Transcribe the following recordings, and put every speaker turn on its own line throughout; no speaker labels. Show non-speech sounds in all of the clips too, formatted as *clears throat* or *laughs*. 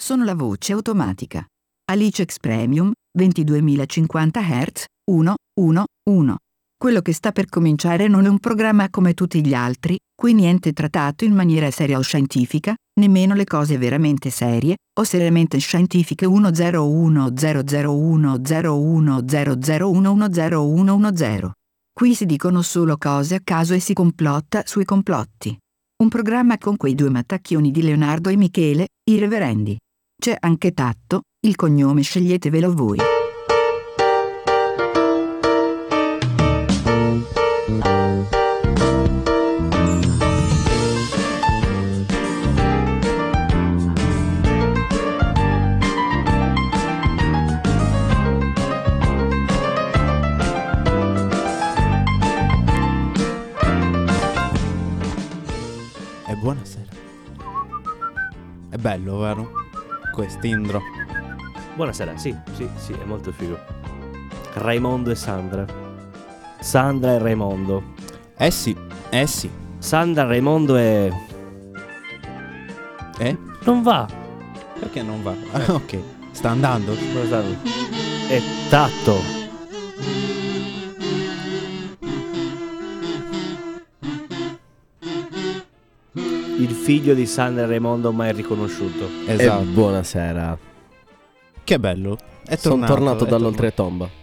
sono la voce automatica. Alice X Premium 22.050 Hz 1, 1, 1. Quello che sta per cominciare non è un programma come tutti gli altri, qui niente è trattato in maniera seria o scientifica, nemmeno le cose veramente serie o seriamente scientifiche 101001010100110110110. Qui si dicono solo cose a caso e si complotta sui complotti. Un programma con quei due mattacchioni di Leonardo e Michele, i reverendi. C'è anche Tatto, il cognome sceglietevelo voi.
E buonasera. È bello, vero? Quest'indro.
Buonasera, sì, sì, sì, è molto figo. Raimondo e Sandra. Sandra e Raimondo.
Eh sì, eh sì.
Sandra, Raimondo e...
Eh?
Non va.
Perché non va? Ah, ok. Sta andando?
Come sta? E Tatto. Il figlio di Sandra e Raimondo mai riconosciuto.
*laughs* Esatto.
E buonasera.
Che bello. È
Sono
tornato,
tornato
è
dall'oltretomba.
tornato.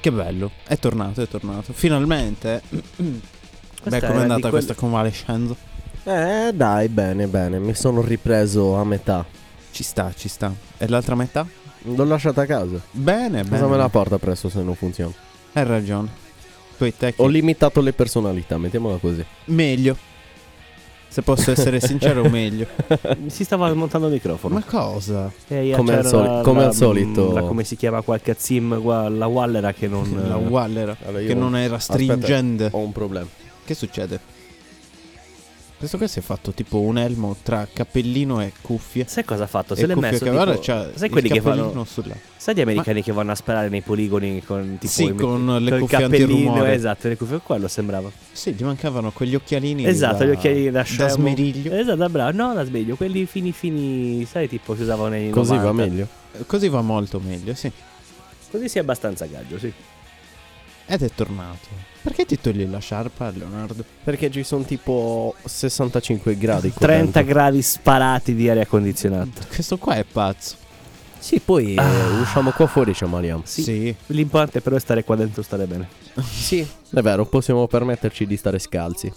Che bello. È tornato, è tornato. Finalmente. *clears throat* Beh,
era
com'è
di
andata
quel-
questa convalescenza?
Eh, dai, bene, bene. Mi sono ripreso a metà.
Ci sta, ci sta. E l'altra metà?
L'ho lasciata a casa.
Bene, bene.
Cosa me la porta presto se non funziona?
Hai ragione. Tu hai te
Ho limitato le personalità, mettiamola così.
Meglio. Se posso essere sincero, meglio.
Mi si stava montando il microfono.
Ma cosa?
E io
Come
c'era
al soli-
la-
come al
la-
solito.
la- come si chiama qualche sim qua, la Wallera che non.
La Wallera.
Allora, io
Che
ho-
Eh, non era
Aspetta.
stringente.
Ho un problema.
Che succede? Questo qua si è fatto tipo un elmo tra cappellino e cuffie.
sai cosa ha fatto?
e
Se l'è
cuffie
messo.
che
Tipo,
guarda, c'ha
sai
il
quelli che
cappellino
fanno.
sulla-
Sai gli americani che vanno a sparare nei poligoni con tipo
Sì,
il-
con le
col
cuffie
cappellino,
antirumore.
Esatto, le cuffie quello sembrava.
Sì, gli mancavano quegli occhialini.
esatto,
da-
gli occhiali da scemo.
smeriglio.
Esatto, bravo. No, da sbaglio, quelli fini fini, sai, tipo si usavano nei
Così va
90.
meglio.
Eh.
Così va molto meglio, sì.
Così si è abbastanza gaggio, sì.
Ed è tornato. Perché ti togli la sciarpa, Leonardo?
Perché ci sono tipo 65 gradi. qua
30
dentro.
gradi sparati di aria condizionata.
Questo qua è pazzo.
Sì, poi eh, usciamo qua fuori e ci ammaliamo.
Sì.
sì.
L'importante però è stare qua dentro,
*laughs*
stare bene.
Sì. È vero, possiamo permetterci di stare scalzi.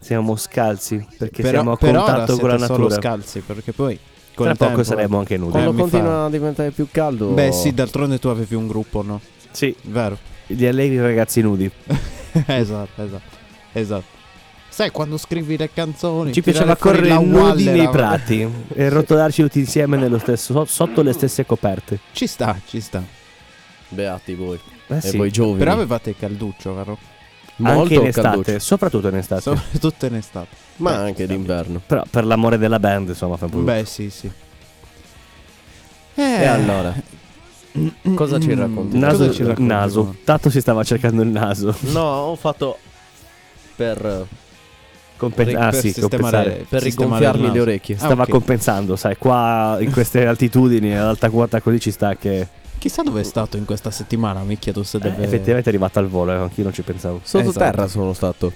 Siamo scalzi perché
Però-
siamo a
per ora
contatto con la
siete solo
natura.
scalzi, perché poi con
Tra
il
poco
tempo-
saremo anche nudi.
Eh,
Quando
mi
continua
fa-
a diventare più caldo.
Beh, sì, d'altronde tu avevi un gruppo, no?
Sì,
Vero.
gli allegri ragazzi nudi.
*laughs* esatto, esatto. Esatto. Sai quando scrivi le canzoni?
Ci
tirare
piaceva
fuori
correre
la
nudi
Waller,
nei
ah,
prati e rotolarci tutti insieme nello stesso, so- sotto le stesse coperte.
Ci sta, ci sta.
Beati voi.
Eh
E
sì,
voi giovani.
Però avevate calduccio, vero?
anche in estate,
calduccio.
soprattutto in estate.
*laughs*
Esatto.
Soprattutto in estate.
Ma anche d'inverno.
Però per l'amore della band, insomma, fa un po'.
Beh, sì, sì. Eh.
E allora? Cosa ci racconti?
naso,
mm, Cosa ci racconti?
naso. Tanto si stava cercando il naso.
No, ho fatto per,
Compen-
Per-
ah,
per
sì,
sistemare-
compensare.
Sistemare il
per
Ah,
rigonfiarmi
naso.
le orecchie.
Stava
ok.
compensando, sai, qua in queste altitudini, ad alta quota così ci sta che
Chissà dove è stato in questa settimana, mi chiedo se
Eh,
deve...
effettivamente è arrivata al volo, eh, anch'io non ci pensavo. Esatto.
Sottoterra sono stato.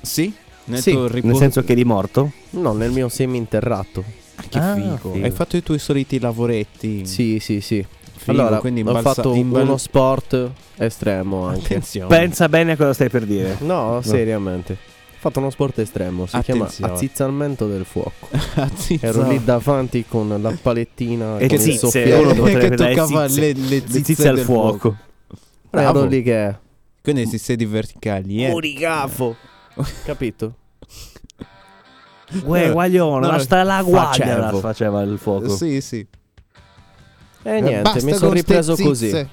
Sì? Nel
Sì,
tuo
nel
Nel
riposo-
senso che è di morto?
No, nel mio seminterrato.
Ah, che
Ah,
figo.
figo.
Hai fatto i tuoi soliti lavoretti.
Sì, sì, sì.
Figo,
allora,
quindi
ho
imbalsa-
fatto
imbal-
uno sport
*laughs*
estremo anche.
Attenzione.
Pensa bene a cosa stai per dire.
*laughs*
No, seriamente. Ho fatto uno sport estremo, si
Attenzione. Esatto.
chiama azzizzamento del fuoco.
Azzizza.
Ero lì davanti con la palettina
E
con il
zizze,
soffietto.
uno
che
potrebbe dare
toccava
zizze.
le, le zizze,
Zizze al
del
fuoco.
Bravo.
Ero lì che
Quindi si siedi verticali, eh. *laughs*
Murigafo. Capito?
Uè,
No,
guaglione,
no,
la sta la guaglia
facevo.
faceva il fuoco.
Sì, sì.
E
Eh,
niente,
basta
mi sono
con ste
ripreso
zizze.
così.
Che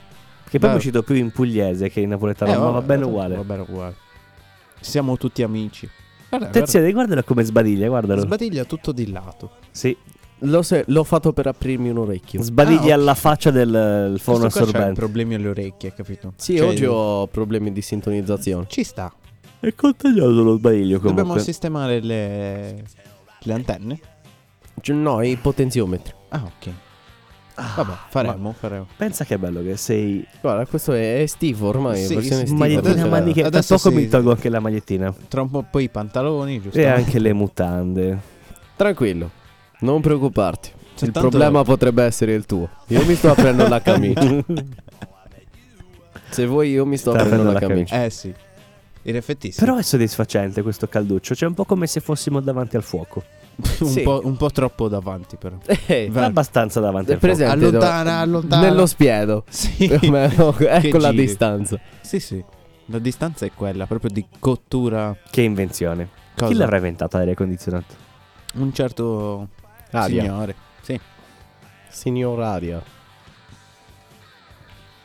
poi è
Bravo.
uscito più in pugliese che in napoletano,
Eh,
ma va
vabbè,
bene
tanto Va
uguale.
bene uguale. Siamo tutti amici. Guarda,
Attenzione, guardalo come sbadiglia,
guarda,
guardalo.
sbadiglia tutto di lato.
sì,
L'ho, se- l'ho fatto per aprirmi un orecchio.
sbadiglia
Ah, ok.
alla faccia del eh, fono
Questo qua c'ha
assorbente.
problemi alle orecchie, capito?
Sì,
Cioè,
oggi ho problemi di sintonizzazione.
Ci sta.
È contagioso lo sbadiglio comunque.
Dobbiamo sistemare le... le antenne.
Cioè, no, i potenziometri.
Ah, ok. Vabbè, faremo, faremo.
Pensa che bello che sei
Guarda, questo è estivo ormai.
Sì,
versione Cioè,
sì,
estiva.
adesso-
magliettina a maniche. Da
adesso
poco
sì.
mi tolgo anche la magliettina.
Tra un po' poi i pantaloni, giusto?
E anche le mutande.
Tranquillo, non preoccuparti.
C'è
il
Cioè, tanto-
problema potrebbe essere il tuo. Io mi sto aprendo
*laughs*
la camicia. Se vuoi, io mi sto
Sta
aprendo la,
aprendo la
camicia.
Eh sì. In effetti sì.
Però è soddisfacente questo calduccio. C'è un po' come se fossimo davanti al fuoco.
*laughs* un,
sì.
po', un po' troppo davanti però.
*laughs* Eh,
Vai.
Abbastanza davanti al
per
fuoco.
esempio,
Allontana, allontana.
Cioè, nello spiedo. *laughs*
Sì.
Più o meno, ecco la
giri.
distanza.
sì, sì. La distanza è quella, proprio di cottura.
Che invenzione.
Cosa?
Chi l'avrà inventata l'aria condizionata?
Un certo
Aria.
signore. Sì.
Signor Aria.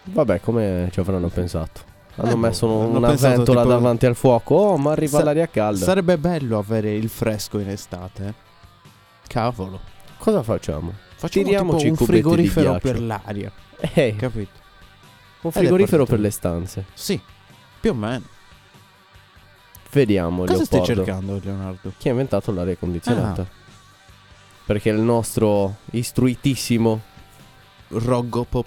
Vabbè, come ci avranno pensato? Hanno
Eh,
messo
boh, hanno
una
pensato
ventola
tipo-
davanti al fuoco. Oh, ma arriva
Sa-
l'aria calda.
Sarebbe bello avere il fresco in estate. eh. Cavolo.
Cosa facciamo?
Facciamo tipo
Tiriamoci
un
i cubetti di
frigorifero
ghiaccio.
per l'aria.
Eh,
Capito?
un frigorifero
portatile.
per le stanze.
Sì. Più o meno.
Vediamo.
Cosa stai
Leopoldo.
cercando Ah. Leonardo?
Chi ha inventato l'aria condizionata? Perché il nostro istruitissimo
Rogopop.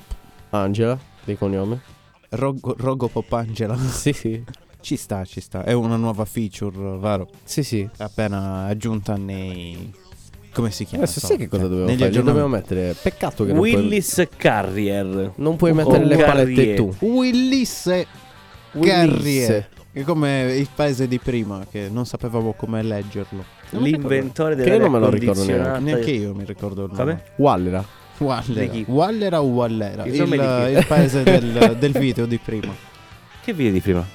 Angela,
*laughs*
di cognome.
Rog- Rogopop Angela. *laughs*
Sì, sì.
Ci sta, ci sta. È una nuova feature, vero?
Sì, sì.
Appena aggiunta nei. Come si chiama?
Adesso sai che cosa dovevo
cioè, Negli
fare? Gli dovevo
aggiornamenti.
mettere. Peccato che non puoi.
Willis Carrier.
Non puoi
O
mettere le palette
Carrier.
tu.
Willisse
Willis.
Carrier. Che come il paese di prima, che non sapevamo come leggerlo. Non mi
L'inventore
Che io
dell'aria
non me lo ricordo
ricordo.
condizionata.
Neanche io mi ricordo il nome.
Ah, Vabbè.
Wallera.
Wallera.
Di chi?
Wallera o Wallera?
Il
Il,
nome di chi?
il
*laughs*
paese del, del video di prima.
Che video di prima?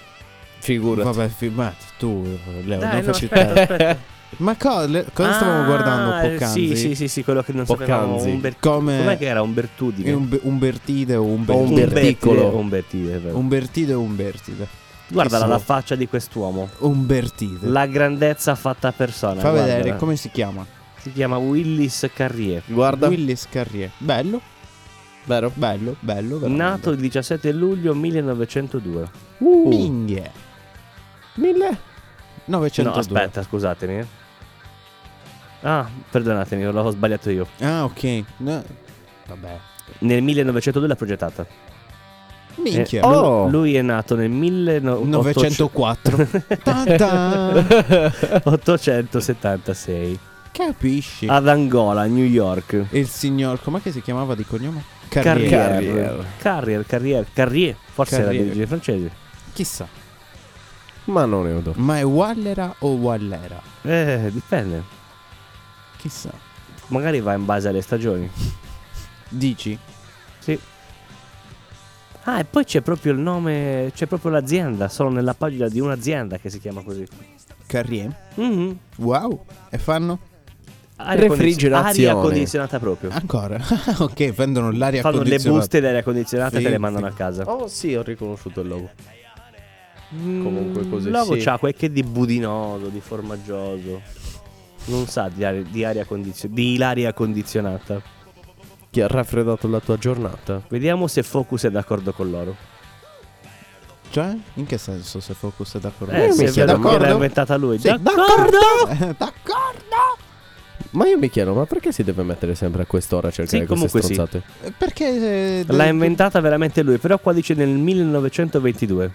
Figurati.
Vabbè, filmati tu, Leo. non
no,
facci
aspetta,
te.
aspetta.
Ma co- le- cosa stavamo
Ah,
guardando poc'anzi?
Sì, sì, sì, sì, quello che non
Poc'anzi.
sapevamo. Un ber-
Come-
Com'è che era? Un Bertudine.
Un, be- un Bertide o un
O un
Bertide.
berticolo.
Un Bertide, è vero.
Un Bertide o un Bertide.
Guardala la
Bellissimo.
faccia di quest'uomo.
Un Bertide.
La grandezza fatta persona.
Fa
guardala.
vedere come si chiama.
Si chiama Willis Carrier.
Guarda.
Willis Carrier. Bello,
Vero.
bello, bello. veramente.
Nato il 17 luglio 1902.
Uh,
Minghie.
mille.
902.
No, aspetta, scusatemi. eh. Ah, perdonatemi, l'ho sbagliato io.
Ah, ok. No. Vabbè.
Nel 1902 l'ha progettata.
Minchia.
Eh, lui-
Oh.
Lui è nato nel 1900 *laughs*
904. Tan tan.
876
Capisci?
ad Angola, New York.
Il signor, com'è che si chiamava di cognome?
Carrier. Carrier, Carrier, Carrier. Forse era
Carrier.
di origine francese.
Chissà.
Ma non ne ho do.
Ma è Wallera o Wallera?
Eh, dipende.
Chissà.
Magari va in base alle stagioni.
Dici?
Sì. Ah, e poi c'è proprio il nome, c'è proprio l'azienda, solo nella pagina di un'azienda che si chiama così.
Carrier.
Mhm.
Wow. E fanno?
Aria condiz-
Refrigerazione.
Aria condizionata proprio.
Ancora. *laughs* ok, vendono l'aria
Fanno le
condizionata.
buste d'aria condizionata e te
Sì,
le mandano
sì.
a casa.
Oh, sì, ho riconosciuto il logo.
Mm,
comunque così,
Il logo
sì.
c'ha quel che di budinoso, di formaggioso. Non sa di aria, di aria condizio- di l'aria condizionata.
Chi ha raffreddato la tua giornata?
Vediamo se Focus è d'accordo con loro.
Cioè, in che senso se Focus è d'accordo?
Eh,
mi
se
chiedo,
è
ma-
vero che l'ha inventata lui.
Sì,
D'accordo.
d'accordo! *laughs* D'accordo!
Ma io mi chiedo, ma perché si deve mettere sempre a quest'ora a
Sì,
cercare queste
comunque sì.
stronzate?
Eh, Perché... eh,
L'ha inventata veramente lui, però qua dice nel 1922.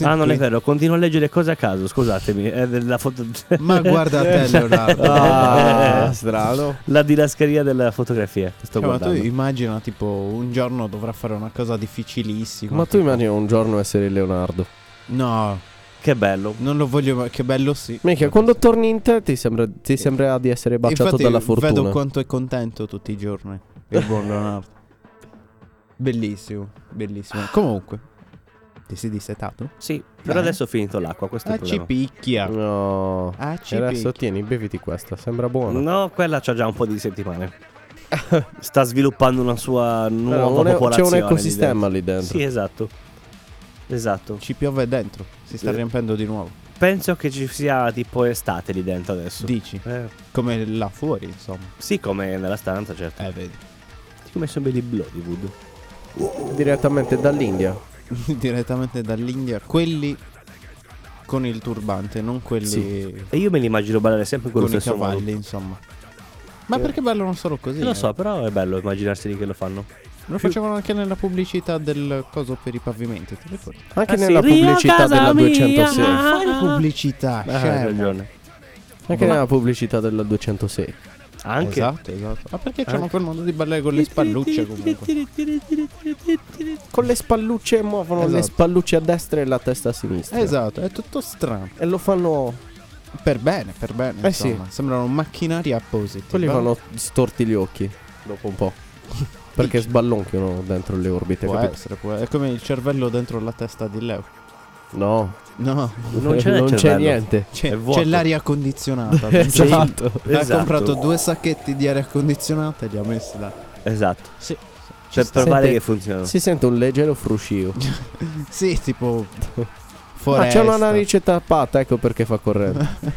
Ah, non è vero, continuo a leggere cose a caso, scusatemi. È della foto... *laughs*
Ma guarda te, Leonardo.
*laughs*
Eh,
Ah,
Eh, strano.
La didascheria della fotografia. che Sto
Cioè, ma tu
guardando.
immagina tipo un giorno dovrà fare una cosa difficilissima.
Ma tu
tipo-
immagini un giorno essere Leonardo?
No,
Che bello.
non lo voglio. ma- Che bello sì.
Minchia, quando torni in te ti sembra, ti sembra di essere baciato
Infatti,
dalla fortuna.
Vedo quanto è contento tutti i giorni. Il buon Leonardo. Bellissimo, bellissimo.
*sighs*
Comunque, ti sei dissetato?
Sì, però
Dai.
adesso ho finito l'acqua, questo è
Ah,
il
ci
problema.
picchia.
No.
Ah,
E
ci
adesso
picchia.
tieni, beviti questa, sembra buona.
No, quella c'ha già un po' di settimane. *laughs* Sta sviluppando una sua
Però
nuova
un e- c'è
popolazione.
un
lì
ecosistema lì
dentro.
dentro.
Sì, esatto. Esatto.
Ci piove dentro. Si sta
Sì.
riempendo di nuovo.
Penso che ci sia tipo estate lì dentro adesso.
Dici,
Eh,
come là fuori, insomma.
sì, come nella stanza, certo.
Eh, vedi. *laughs*
Ti ho messo un bel di Bloodywood.
Direttamente dall'India.
Direttamente dall'India. Quelli con il turbante, non quelli
Sì.
E io me li immagino ballare sempre in
con
quello
i
stesso
cavalli,
modo.
insomma. Ma perché ballano solo così? eh?
Non lo so, però è bello immaginarseli che lo fanno.
Lo facevano anche nella pubblicità del coso per i pavimenti. Te lo ricordi?
Anche
Ah, sì,
nella
Rio
pubblicità
casa
della
mia.
206.
Ah,
Fai
ah.
pubblicità,
Ah, hai
scemo.
ragione.
Anche nella pubblicità della 206.
Anche
Esatto, esatto. Ma perché c'hanno
Anche.
quel modo di ballare con le spallucce comunque?
Con le spallucce muovono le
Esatto.
spallucce a destra e la testa a sinistra.
Esatto, è tutto strano.
E lo fanno.
Per bene, per bene.
Eh
insomma. Sembrano macchinari appositi.
Quelli
Va-
vanno storti gli occhi. Dopo un po'. Perché sballonchiano dentro le orbite,
Può
capito?
essere, può È come il cervello dentro la testa di Leo.
No, *laughs*
No,
Non c'è,
non
il
c'è
cervello.
niente.
È
c'è,
vuoto.
c'è l'aria
*laughs*
condizionata. pensa.
Cioè, Esatto.
Ha
Esatto.
comprato due sacchetti di aria condizionata e li ha messi là.
Esatto.
Sì.
Cioè,
sta.
per provare
Sente-
che funzionano.
Si sente un leggero fruscio.
Sì,
*laughs*
tipo.
Ma Ah, c'è
Foresta.
una narice tappata, ecco perché fa corrente.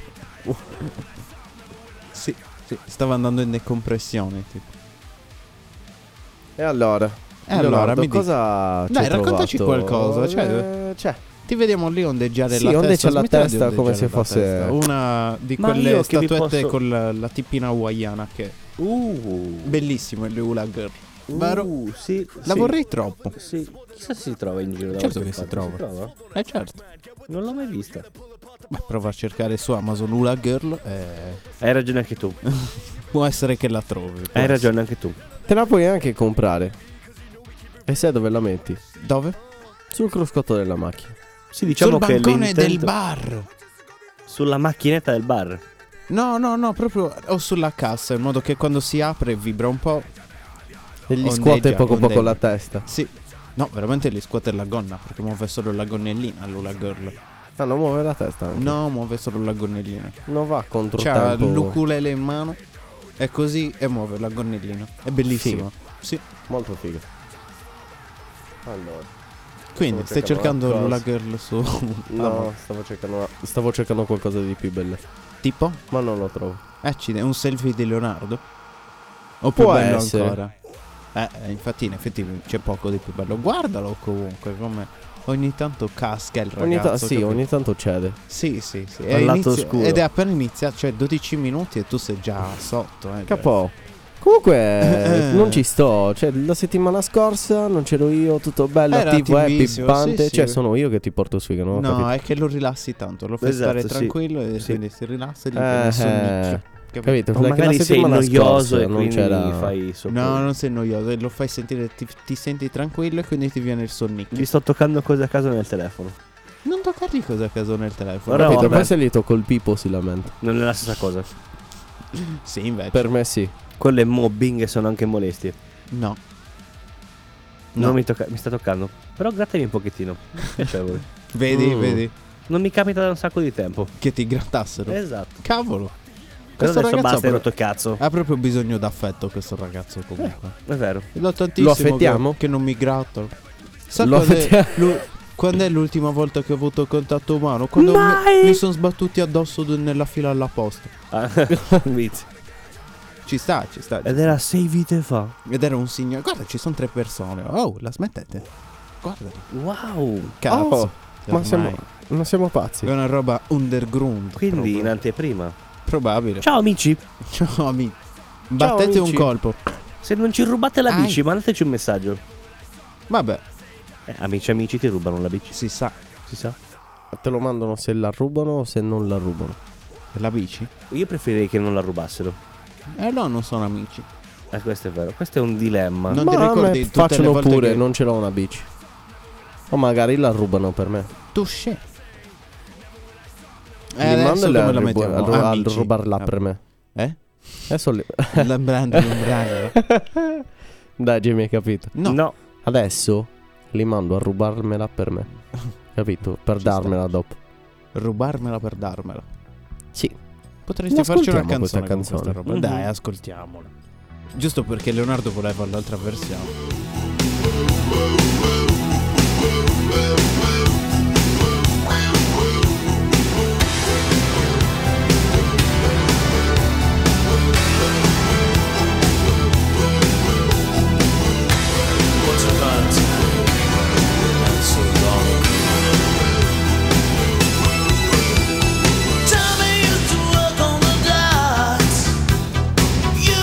Sì, sì, stava andando in decompressione. Tipo.
e allora?
E allora,
Eh, Leonardo,
mi dici.
cosa
Dai,
c'è
raccontaci
trovato?
qualcosa, cioè-
Eh, cioè,
Ti vediamo lì ondeggiare
Sì,
la
ondeggia
testa.
la
smettila di
testa
ondeggiare
come se
la
fosse-
testa. una di
Ma
quelle
io che vi
statuette
posso-
con la, la tippina hawaiana che
Uh,
bellissimo il Hula Girl.
uh,
Varo-
sì,
La
sì,
vorrei troppo.
Sì. Chissà se si trova in giro da
Certo
qualche
che si
parte.
Eh certo.
Non l'ho mai vista.
Beh, prova a cercare su Amazon Hula Girl eh,
Hai ragione anche tu.
può essere che la trovi. può
Hai
essere.
ragione anche tu.
te la puoi anche comprare. E sai dove la metti?
Dove?
Sul cruscotto della macchina.
Sì, diciamo
Sul
che
bancone del
l'intento-
bar.
sulla macchinetta del bar.
No, no, no, proprio o sulla cassa, in modo che quando si apre vibra un po'.
E gli
Ondeggia,
scuote poco poco
ondeggia.
la testa.
Sì. No, veramente gli scuote la gonna, perché muove solo la gonnellina l'Hula Girl.
Ah, non muove la testa. anche.
No, Cioè, muove solo la gonnellina.
Non va contro
C'ha
tempo.
l'ukulele in mano, è così e muove la gonnellina. È bellissimo. Sì.
Molto figo. Ah, Allora.
Quindi
Stavo
stai
cercando
cercando l'Hula
qualcosa.
Girl su...
No, stavo cercando, una- stavo cercando qualcosa di più bello.
Tipo?
Ma non lo trovo.
Accide, un selfie di Leonardo? O più
Può
bello
essere.
ancora? Eh, eh, infatti in effetti c'è poco di più bello. Guardalo comunque, come ogni tanto casca il ragazzo.
Ogni ta- sì,
capito?
ogni tanto cede.
Sì, sì, sì.
Al
È
lato
inizio-
oscuro.
Ed è appena iniziato, cioè 12 minuti e tu sei già sotto. Eh,
Capo. Comunque, non ci sto. Cioè, la settimana scorsa non c'ero io, tutto bello,
Era
attivo, eh,
attivissimo,
pippante.
sì, sì.
Cioè, sono io che ti porto sfiga, non ho
No,
capito.
è che lo rilassi tanto, lo fai
Esatto,
stare
sì.
tranquillo e
Sì.
quindi si rilassa e gli
Eh,
viene il
eh,
sonnicchio. Capito?
Capito?
O
Perché
magari
la
sei
settimana
noioso
scorsa
e
non
quindi
c'era...
fai sopra.
No, non sei noioso, e lo fai sentire, ti, ti senti tranquillo e quindi ti viene il sonnicchio.
Gli sto toccando cose a caso nel telefono.
Non toccargli cose a caso nel telefono.
Ora
Capito?
vabbè.
Poi se li tocco il pipo si lamenta.
Non è la stessa cosa.
Sì, invece.
Per me sì.
Quello è mobbing e sono anche molestie.
No.
Non mi, tocca- mi sta toccando. Però grattami un pochettino. Piacevole.
Vedi,
Mm.
vedi
non mi capita da un sacco di tempo.
che ti grattassero.
Eh.
Esatto.
Cavolo.
Però
Questo
adesso
ragazzo
basta,
ha,
hai
pro-
rotto cazzo.
ha proprio bisogno d'affetto questo ragazzo comunque.
È vero.
L'ho tantissimo
Eh. Lo affettiamo?
che, che non mi grattano. Sa
Lo
quando, è,
affettiamo?
lu- quando è l'ultima volta che ho avuto contatto umano? Quando mi-
Mai!
mi, sono sbattuti addosso d- nella fila alla posta.
Ah, *laughs* Vince.
Ci sta, ci sta.
Eh.
Ed era sei vite fa.
Ed era un signore. Guarda, ci sono tre persone. Oh, la smettete. Guardali.
Wow.
Cazzo.
Oh, ma
Cioè, Ormai.
siamo, ma siamo
È
pazzi.
una roba underground.
Quindi in
proba-
anteprima.
probabile.
Ciao amici.
*laughs* Ciao amici. Battete un
amici.
colpo.
Se non ci rubate la
Ai.
bici, mandateci un messaggio.
Vabbè,
Eh, amici, amici, ti rubano la bici.
si sa.
Si sa.
Te lo mandano se la rubano o se non la rubano.
La bici?
Io preferirei che non la rubassero.
Eh no, non sono amici.
Eh, questo è vero. Questo è un dilemma.
Non
ma
ti
a me
ricordi tutte le
facciano
volte
pure,
che-
non ce l'ho una bici. O magari la rubano per me.
Tu scendi.
Mi mandala a ribu- a ru- a rubarla per me.
Ah, Eh?
Adesso le-
L'ombrello, l'ombrello.
*laughs* Dai, Jimmy, hai capito.
No.
no.
Adesso li mando a rubarmela per me. Capito? Per
Ci sta.
darmela dopo.
Rubarmela per darmela.
Sì.
Potresti
Ma
farci una
ascoltiamo questa
canzone, con questa
canzone. Mm-hmm.
roba.
Mhm.
Dai, ascoltiamola. Giusto perché Leonardo voleva l'altra versione.
What's about time? Not so long ago. Tommy used to work on the docks. You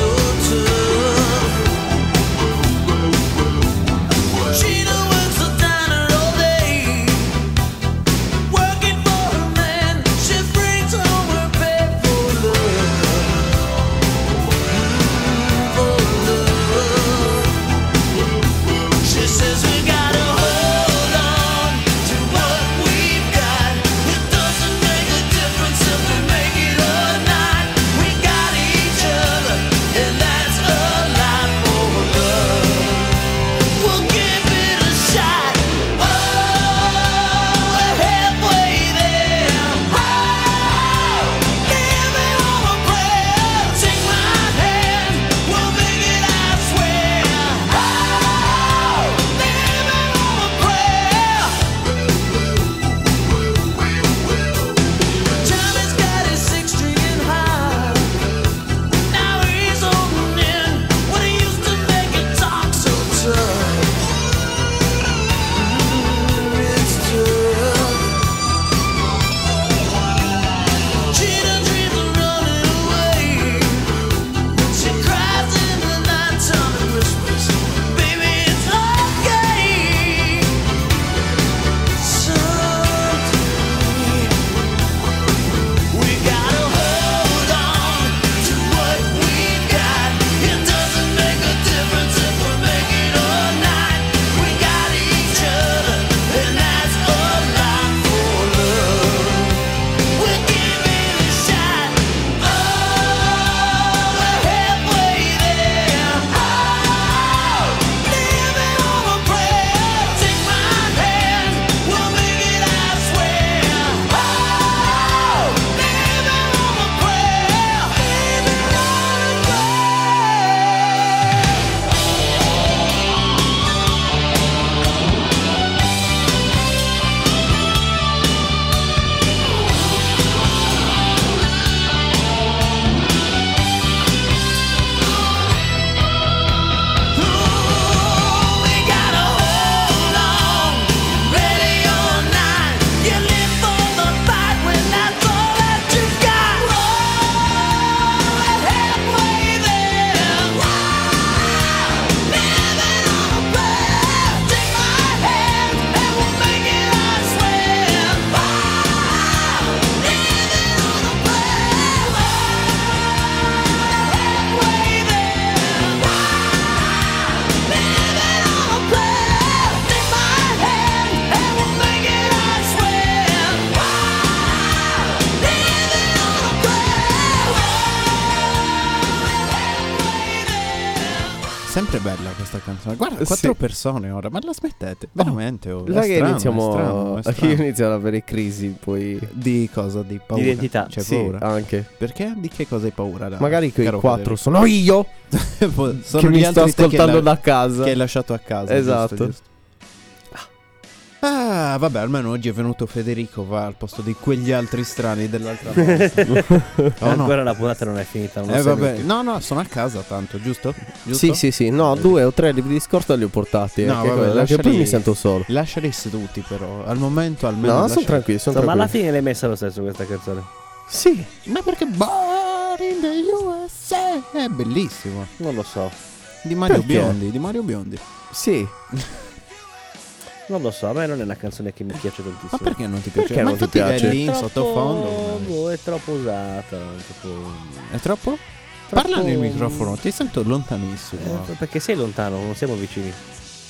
Oh,
sempre bella questa canzone. Guarda,
Sì.
quattro persone ora, ma la smettete? Veramente? Oh,
Là
è
che
strano, è
iniziamo
strano, è strano.
*laughs* Io inizio ad avere crisi poi
Di cosa? Di paura?
Identità.
C'è
Sì,
paura? Ah,
anche
Perché? Di che cosa hai paura? Dai,
Magari quei
caro
quattro
Federico?
sono io
*laughs* Sono
Che
gli
mi sto
altri te che
ascoltando
la-
da casa
Che hai lasciato a casa.
Esatto.
giusto, giusto. Ah, vabbè, almeno oggi è venuto Federico va al posto di quegli altri strani
*laughs*
dell'altra volta. Oh, no.
Ancora la puntata non è finita. Non lo
Eh
so
vabbè,
neanche.
no, no, sono a casa tanto, giusto? Giusto?
Sì sì sì No due o tre libri di scorta li ho portati eh,
No,
che
vabbè,
cosa- Perché
lasciali-
poi mi sento solo
Lasciali seduti però, al momento almeno.
No
lasciali-
sono tranquillo Sono
Insomma, alla
tranquillo
fine l'hai messa lo stesso questa canzone.
Sì
Ma perché Born in the USA è bellissimo.
Non lo so.
Di Mario
Perché?
Biondi, di Mario Biondi.
Sì
Non lo so, a me non è una canzone che mi piace tantissimo.
Ma perché non ti piace?
Perché
Ma
non ti
infatti
piace?
È lì in
Troppo-
sottofondo.
boh, è troppo usata. è troppo-
È troppo? Parla nel
Troppo-
microfono, ti sento lontanissimo.
Eh, perché sei lontano, non siamo vicini.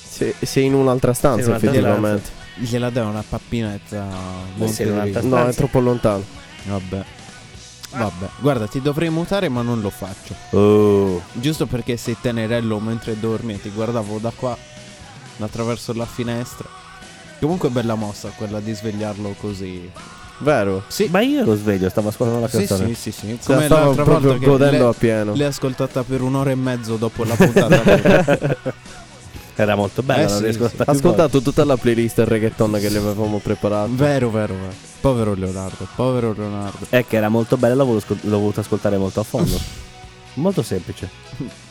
Sei, sei in un'altra stanza
Sei in un'altra
effettivamente
Gliela dai una pappinezza
sei in un'altra
Monterrey.
stanza.
No è troppo lontano
Vabbè. Vabbè, guarda, ti dovrei mutare ma non lo faccio.
Oh.
Giusto perché sei tenerello mentre dormi e ti guardavo da qua, attraverso la finestra. Comunque bella mossa quella di svegliarlo così.
Vero
Sì,
Ma io lo sveglio, stavo ascoltando la
sì,
canzone.
sì, sì, sì.
Se la
Come
Stavo
l'altra volta
proprio
che
godendo
l'hai-
a pieno
l'hai ascoltata per un'ora e mezzo dopo la puntata. *laughs*
Era molto bella,
Eh,
non
sì,
riesco a
sì.
Ha ascoltato tutta la playlist il reggaeton che le avevamo preparato
vero, vero, vero. Povero Leonardo, povero Leonardo.
È Eh, che era molto bella, l'ho voluto, ascol- l'ho voluto ascoltare molto a fondo.
*laughs*
molto semplice.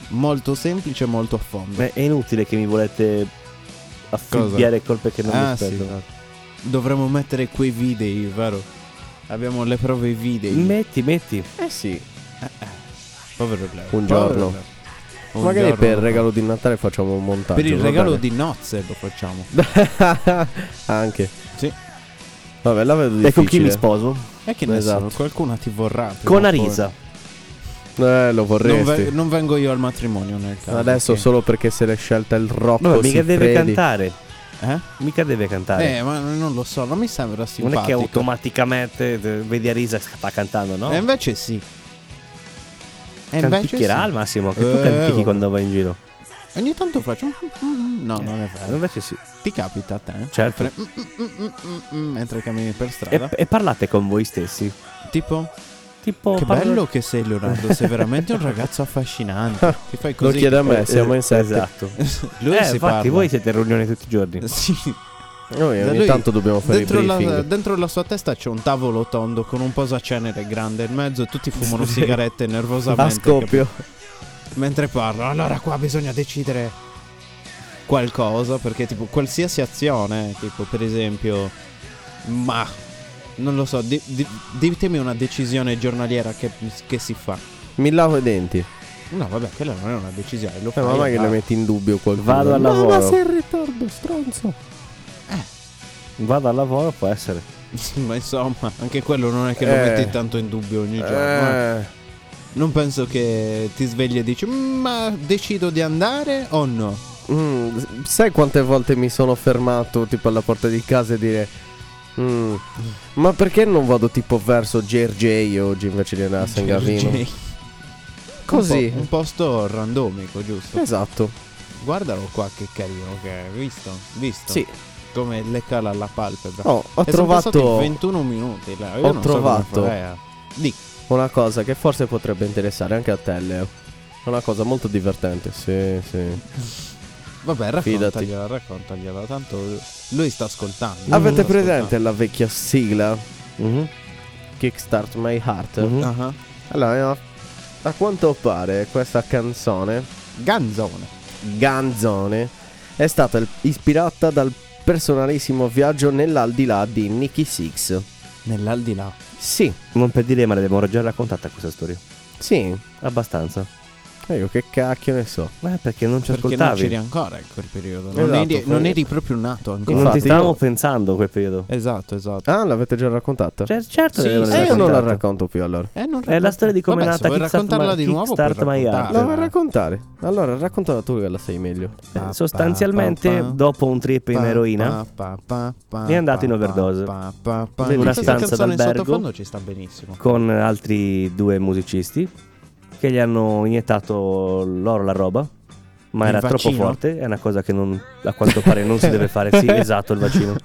Molto semplice, molto a fondo.
Beh, è inutile che mi volete affibbiare colpe che non mi
Ah, sì,
aspettano.
esatto. Dovremmo mettere quei video, vero? Abbiamo le prove video.
Metti, metti.
Ecco
Eh sì
Povero Leo. Povero
Un giorno.
Leo. Un
Magari
giorno.
per il regalo di Natale facciamo un montaggio
Per il
va
regalo
bene?
di nozze lo facciamo.
*laughs* Anche
Sì.
Vabbè la vedo difficile
E con Ecco, chi mi sposo?
E che ne
Esatto.
so, qualcuno ti vorrà. prima
Con
o poi.
Arisa.
Eh lo
Non,
vorresti
ve- non vengo io al matrimonio nel caso.
Adesso
perché-
solo perché se l'è scelta il Rocco
Vabbè,
si
mica deve
Freddy.
cantare.
Eh?
Mica deve cantare.
Eh, ma non lo so, non mi sembra simpatico.
non è che automaticamente eh, vedi Arisa che sta cantando, no?
E invece sì. E Eh, invece
Canticchierà
sì.
al massimo, che
Eh,
tu cantichi
vabbè.
quando vai in giro.
Ogni tanto faccio... No, non è vero.
Invece sì.
Ti capita a te?
Certo.
Mentre- Mentre cammini per strada.
E, e parlate con voi stessi.
Tipo...
Tipo,
Oh,
Che
parlo-
bello che sei Leonardo, sei veramente un ragazzo affascinante.
*laughs*
Ti fai
Lo
così.
chiede a me siamo in sette
Esatto.
Lui
eh,
si
infatti,
parla. *laughs*
voi siete in riunione tutti i giorni.
Sì.
Noi
Da
Eh, ogni
lui-
tanto dobbiamo fare i
Dentro la,
briefing
dentro la sua testa c'è un tavolo tondo con un posacenere grande in mezzo e tutti fumano
Sì.
sigarette
*laughs* A
nervosamente
scoppio
che- mentre parla. Allora qua bisogna decidere qualcosa perché tipo qualsiasi azione, tipo per esempio ma non lo so, di- di- ditemi una decisione giornaliera che, che si fa.
Mi lavo i denti eh,
No, vabbè, quella non è una decisione, lo fai.
Ma mai che
ah.
le metti in dubbio qualcuno
Vado al lavoro.
in ritardo stronzo
Vado al lavoro, può essere.
*laughs* Ma insomma, anche quello non è che lo
Eh.
metti tanto in dubbio ogni giorno. eh.
Eh
Non penso che ti svegli e dici ma decido di andare o no?
Mm, sai quante volte mi sono fermato tipo alla porta di casa e dire "Mm, ma perché non vado tipo verso JRJ oggi invece di andare a San Gavino?
Cioè, *laughs*
Così.
Un, po- un posto randomico, giusto?
Esatto.
Guardalo qua che carino che è, visto? Visto?
Sì.
Come le cala la palpebra.
Oh, ho
E sono passati
trovato
21 minuti. là, io
ho
non so come
trovato-
farei a- Di
una cosa che forse potrebbe interessare anche a te, Leo. Una cosa molto divertente. Sì, sì.
Vabbè,
Fidati.
raccontagliela, raccontagliela. Tanto lui sta ascoltando.
Avete
sta
presente la vecchia sigla
Mhm.
Kickstart My Heart?
Mhm.
ascoltando. Ah, ah.
Allora, a quanto pare questa canzone
Ganzone.
Ganzone è stata il- ispirata dal personalissimo viaggio nell'aldilà di Nicky Six.
Nell'aldilà.
Sì,
Non per dire, ma l'abbiamo già raccontata questa storia.
sì,
Abbastanza.
ma io che cacchio ne so.
Eh, perché non ci
Perché non
ascoltavi.
c'eri ancora in quel periodo. Non,
Esatto,
eri,
poi-
non eri proprio nato ancora.
non
Infatti,
ti Eh, stavamo
io-
pensando quel periodo.
Esatto, esatto.
Ah, l'avete già raccontata?
Cioè, certo,
Sì,
che l'avete
sì,
eh, io non la
raccontata.
racconto più allora.
Eh, non
È la storia di come è
Vabbè,
nata
se vuoi
Kickstart
raccontarla
Ma-
di nuovo puoi
Kickstart My Heart.
Ah, La vuoi
raccontarla.
raccontare? Allora, raccontala tu che la sai meglio.
Eh, Sostanzialmente, dopo un trip in eroina,
mi
è andato in overdose. In una stanza d'albergo.
In sottofondo ci sta benissimo.
con altri due musicisti, che gli hanno iniettato loro la roba ma
Il
era troppo
vaccino?
forte, è una cosa che non- a quanto pare non si deve fare,
*laughs*
sì, esatto, il vaccino.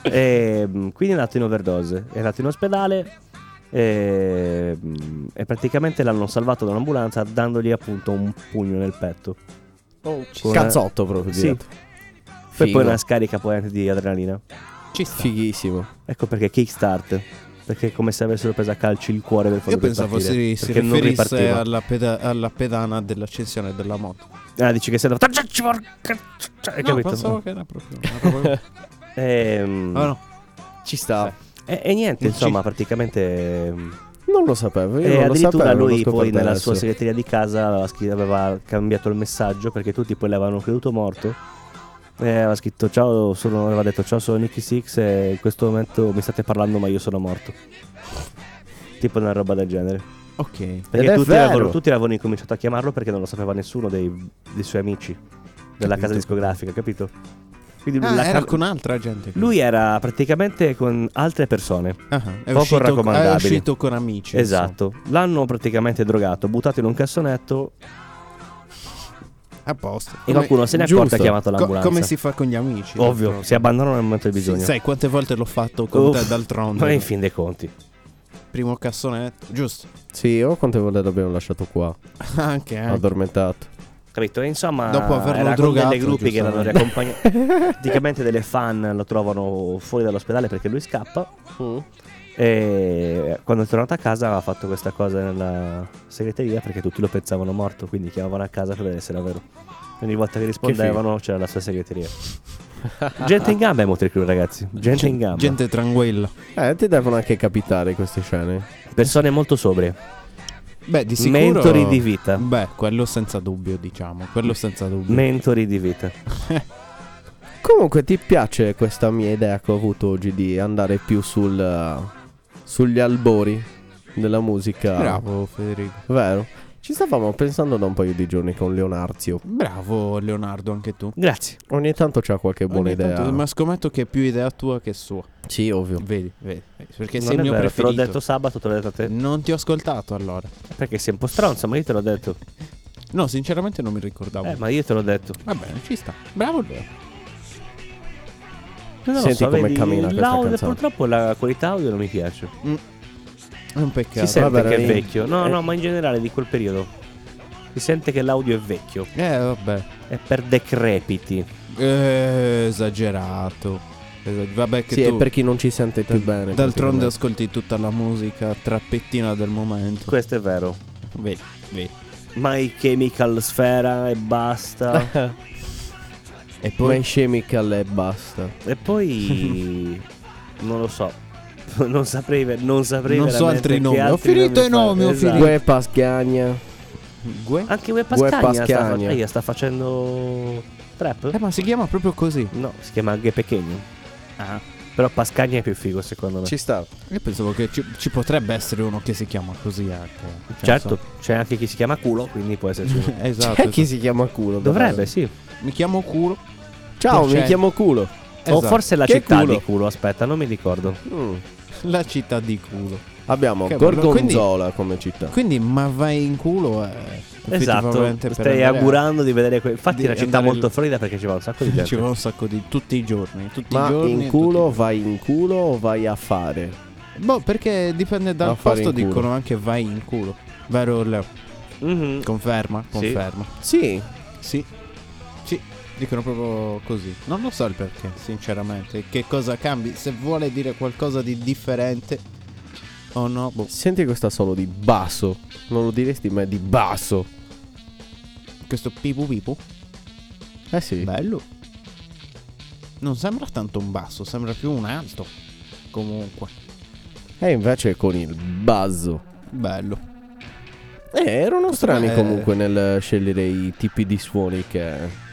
E, mm, quindi è nato in overdose, è nato in ospedale e, mm, e praticamente l'hanno salvato dall'ambulanza dandogli appunto un pugno nel petto.
Oh,
Con una-
Cazzotto proprio.
Sì.
diretto.
E
Figo.
poi una scarica poi anche di adrenalina.
Ci sta.
Fighissimo.
Ecco perché kickstart. Perché è come se avessero preso a calci il cuore del
Io
farlo
pensavo si,
ripartire,
si
perché non
riferisse
ripartiva.
alla, peda- alla pedana dell'accensione della moto.
Ah, dici che sei andato. Ci porca- cioè, Hai
no,
capito?
pensavo che era proprio una
*laughs*
roba-
Ehm,
Ah, no.
Ci sta.
E, e niente,
Ci-
insomma, praticamente. ehm,
Non lo sapevo. Io
e
non lo
addirittura
sapevo. l'ho
lui poi
scoperto
nella
adesso.
sua segreteria di casa aveva, scri- aveva cambiato il messaggio perché tutti poi l'avevano creduto morto. E aveva scritto ciao, sono, aveva detto ciao sono Nicky Six e in questo momento mi state parlando ma io sono morto. Tipo una roba del genere.
Ok.
Perché
è
tutti
vero.
avevano, tutti avevano incominciato a chiamarlo perché non lo sapeva nessuno dei, dei suoi amici della
Capito.
casa discografica, capito? Quindi
Ah,
la
era
ca-
con altra gente. quindi.
lui era praticamente con altre persone.
Ah, ah, è,
poco
uscito, è
raccomandabile.
uscito con amici.
esatto. L'hanno praticamente drogato, buttato in un cassonetto
insomma. A posto.
e
Come-
qualcuno se ne è
giusto.
accorto e ha chiamato
Co-
l'ambulanza.
come si fa con gli amici?
Ovvio,
d'altronde.
si abbandonano nel momento del bisogno.
Sì, sai quante volte l'ho fatto con
Uff,
te
Ma
d'altronde?
in fin dei conti.
Primo cassonetto, giusto.
Sì, io quante volte l'abbiamo lasciato qua.
Anche, anche.
Addormentato.
Capito? E insomma,
Dopo averlo
era con
drogato,
delle gruppi che l'hanno
giustamente.
riaccompagnato.
*laughs*
praticamente delle fan lo trovano fuori dall'ospedale perché lui scappa.
Mm.
E quando è tornato a casa aveva fatto questa cosa nella segreteria perché tutti lo pensavano morto, quindi chiamavano a casa per vedere se era vero. Ogni volta che rispondevano c'era la sua segreteria. gente in gamba è Motley Crue, ragazzi. Gente in gamba.
Gente tranquilla.
Eh, ti devono anche capitare queste scene.
Persone molto sobrie.
Beh, di sicuro.
Mentori di vita. Mm.
Beh, quello senza dubbio, diciamo. Quello senza dubbio.
Mentori di vita.
Comunque ti piace questa mia idea che ho avuto oggi di andare più sul, eh, sugli albori della musica?
Bravo, Federico.
Vero? Ci stavamo pensando da un paio di giorni con Leonarzio.
Bravo, Leonardo, anche tu.
Grazie.
Ogni tanto c'ha qualche buona
Ogni
idea.
tanto- ma scommetto che è più idea tua che sua.
Sì, ovvio.
Vedi, vedi. vedi, Perché
non
sei
è
il mio
vero, te l'ho
preferito.
detto sabato, te l'ho detto a te.
Non ti ho ascoltato allora.
Perché sei un po' stronzo, ma io te l'ho detto.
No, sinceramente non mi ricordavo.
Eh, ma io te l'ho detto.
Va bene, ci sta. Bravo Leo.
Non lo
Senti
so,
come
vedi,
cammina questa
l'audio,
canzone.
Purtroppo la qualità audio non mi piace.
È un
Si
peccato.
sente
vabbè,
che è
eh.
vecchio. No,
Eh.
no, ma in generale di quel periodo. Si sente che l'audio è vecchio.
Eh, vabbè.
È per decrepiti.
Eh, esagerato. Esa- Vabbè che
Sì,
tu
è per chi non ci sente più bene.
d'altronde
praticamente.
ascolti tutta la musica trappettina del momento.
Questo è vero.
Vedi, vedi.
My Chemical Sfera e basta.
E
My
poi
Chemical e basta.
e poi. non lo so. *laughs* Non saprei, ve- non saprei
Non so
veramente
altri
che
nomi. Ho
altri
finito i
fare.
nomi, ho
Esatto.
Gue Pascagna.
Gue?
Anche Web
Web
Pascagna sta, fa-
Pascagna.
eh, sta facendo trap?
Eh, ma si chiama proprio così.
No, si chiama anche Pechegno. Ah. Però Pascagna è più figo secondo me.
Ci sta.
Io pensavo che ci, ci potrebbe essere uno che si chiama così anche. Cioè,
certo,
non
c'è anche chi si chiama culo, quindi può
*laughs*
esserci. uno.
so. esatto.
C'è chi
esatto.
si chiama culo.
Dovrebbe, sì.
Mi chiamo Curo.
Ciao,
C'è.
mi chiamo culo.
O
Esatto.
forse la
Che
città
culo?
di culo, aspetta, non mi ricordo.
Mm.
la città di culo.
Abbiamo
Che bello,
Gorgonzola come città.
Quindi ma vai in culo eh,
Esatto,
effettivamente per
stai
andare a-
augurando di vedere... que- Infatti
di
è una città
andare
molto
lì.
fredda perché ci va un sacco di
*laughs*
gente.
Ci va un sacco di tutti i giorni, tutti i
Ma
giorni.
in
e
culo
tutti i
vai in culo o vai a fare?
giorni. Boh, perché dipende dal
A fare
posto
in culo.
dicono anche vai in culo. Vero Leo?
Mhm.
Conferma, conferma.
Sì,
Sì. Sì, dicono proprio così. Non lo so il perché, sinceramente. Che cosa cambi? Se vuole dire qualcosa di differente o no, boh.
senti questa solo di basso. Non lo diresti, ma è di basso.
Questo pipu pipu.
Eh sì.
Bello. Non sembra tanto un basso, sembra più un alto. Comunque,
E invece con il basso.
bello.
Eh, erano strani
è-
comunque nel scegliere i tipi di suoni che...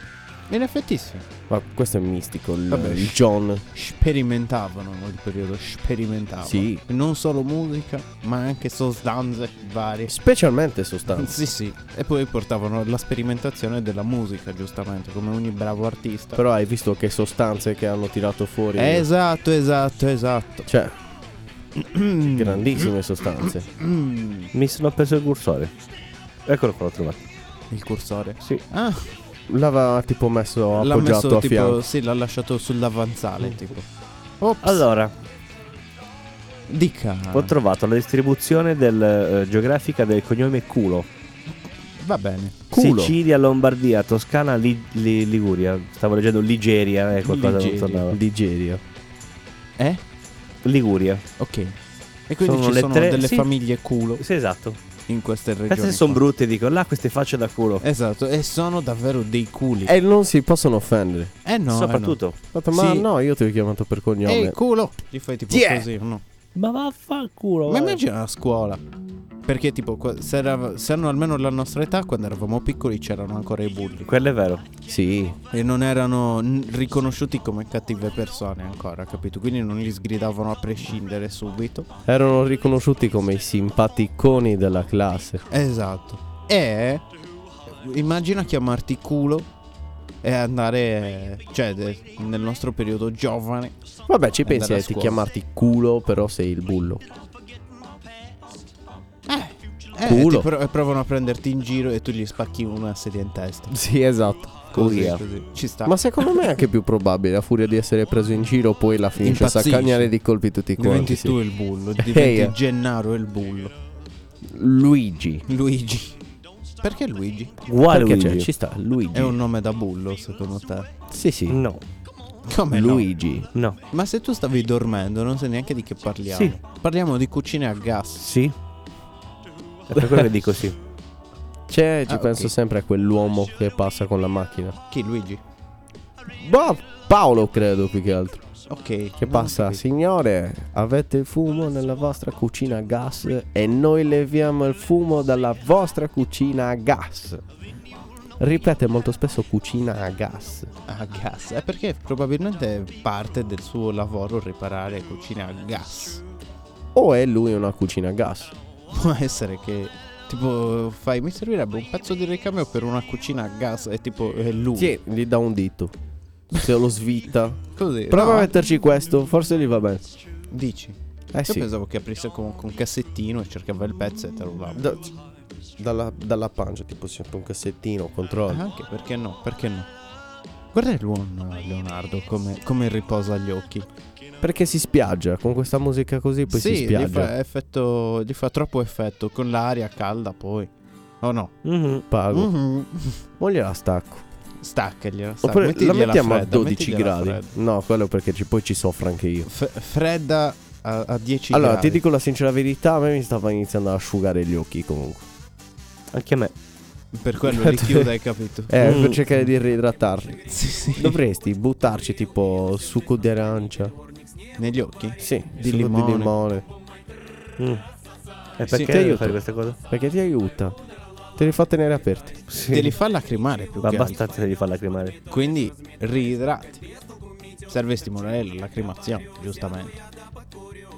In effetti sì.
Ma questo è mistico, il,
Vabbè.
il John.
sperimentavano nel periodo, sperimentavano.
Sì.
Non solo musica, ma anche sostanze varie.
Specialmente sostanze.
Sì, sì. E poi portavano la sperimentazione della musica, giustamente, come ogni bravo artista.
Però hai visto che sostanze che hanno tirato fuori...
Esatto, esatto,
*clears throat*
esatto.
Cioè, grandissime sostanze.
Mm,
Mi sono preso il cursore. Eccolo qua, l'ho trovato.
Il cursore.
Sì.
Ah,
L'aveva tipo messo
L'ha
appoggiato
messo
a fianco.
tipo. Sì, l'ha lasciato sull'avanzale. Tipo.
Allora,
Dica.
ho trovato la distribuzione del, eh, geografica del cognome Culo.
Va bene.
Culo.
Sicilia, Lombardia, Toscana, Li- Li- Liguria. Stavo leggendo Ligeria, eh, qualcosa
Ligeria.
non tornava.
Nigeria.
Eh?
Liguria.
Ok. E quindi
Sono
ci
le
sono
tre-
delle
sì.
famiglie culo
Sì, esatto.
in queste regioni.
Queste sono
qua.
brutte, dico, là queste facce da culo.
Esatto, e sono davvero dei culi. Eh,
E non si possono offendere.
no. eh no.
Soprattutto.
Fatto, ma
Sì.
no, io ti ho chiamato per cognome.
Ehi, culo! Gli fai tipo
Chi è?
così, no?
Ma vaffanculo.
Ma
guarda.
immagina la scuola. Perché tipo, qua- se, era- se hanno almeno la nostra età, quando eravamo piccoli c'erano ancora i bulli.
Quello è vero.
Sì.
E non erano n- riconosciuti come cattive persone ancora, capito? Quindi non li sgridavano a prescindere subito.
Erano riconosciuti come i simpaticoni della classe.
Esatto. E immagina chiamarti culo e andare, cioè, de- nel nostro periodo giovane.
Vabbè, ci
Andare
pensi
a
a ti
scuola.
chiamarti culo, però sei il bullo.
Eh,
Culo.
ti pro- e provano a prenderti in giro e tu gli spacchi una sedia in testa.
*laughs* Sì, esatto.
Così,
Via.
così. Ci sta.
Ma secondo me è anche più probabile, a furia di essere preso in giro, poi la finisce a
Impazzisci.
saccagnare di colpi tutti quanti.
diventi
sì.
tu il
*laughs*
bullo, diventi
eh.
Gennaro il bullo.
Luigi.
Luigi. Perché Luigi?
Uguale
Perché c'è?
Luigi.
Ci sta, Luigi.
È un nome da bullo, secondo te?
Sì, sì.
No,
Come no?
Luigi.
no.
Ma se tu stavi dormendo, non sai neanche di che parliamo.
Sì.
Parliamo di cucine a gas.
Sì. È per quello che dico sì.
C'è, ci
Ah,
penso
ok.
sempre a quell'uomo che passa con la macchina.
Chi Luigi?
Boh, Paolo credo più che altro.
Ok. non
Che
ho
passa,
capito.
signore, avete il fumo nella vostra cucina a gas e noi leviamo il fumo dalla vostra cucina a gas. Ripete molto spesso cucina a gas.
A gas. È perché probabilmente è parte del suo lavoro riparare cucine a gas.
O è lui una cucina a gas?
Può essere che tipo fai mi servirebbe un pezzo di ricambio per una cucina a gas e tipo è lui.
Sì, gli dà un dito. Se lo *laughs* svitta.
Così.
Prova
no,
a metterci questo, forse gli va bene.
Dici.
Eh
Io
sì.
pensavo che aprisse comunque un cassettino e cercava il pezzo e te lo dava.
Da- dalla, dalla pancia, tipo sempre un cassettino,
Ah,
controllo.
Anche perché no, perché no? Guarda il buon Leonardo come, come riposa gli occhi.
Perché si spiaggia con questa musica così, poi si
sì, gli
spiaggia.
fa, effetto, gli fa troppo effetto con l'aria calda poi. Oh no.
Mhm.
Pago.
Mhm.
Mo gliela stacco.
Staccagliela. stac-
Oppure la
mettigliela
mettiamo a
fredda,
12
mettigliela
gradi.
fredda.
No, quello perché ci- poi ci soffro anche io.
F- fredda a, a 10
allora,
gradi.
ti dico la sincera verità, a me mi stava iniziando ad asciugare gli occhi comunque.
Anche a me.
Per quello
*laughs*
li chiude, hai capito?
Eh,
Mm.
per cercare di riidratarli.
Sì, sì.
Dovresti buttarci tipo succo di arancia.
Negli occhi?
Sì,
Di
succo
limone.
di limone.
Mm. E
Sì, ti
perché devi
aiuto.
fare queste cose?
Perché ti aiuta. Te li fa tenere aperti.
Sì.
Te li fa lacrimare più
Ma
che altro.
abbastanza devi far lacrimare.
Quindi riidrati. Serve stimolare la lacrimazione, giustamente.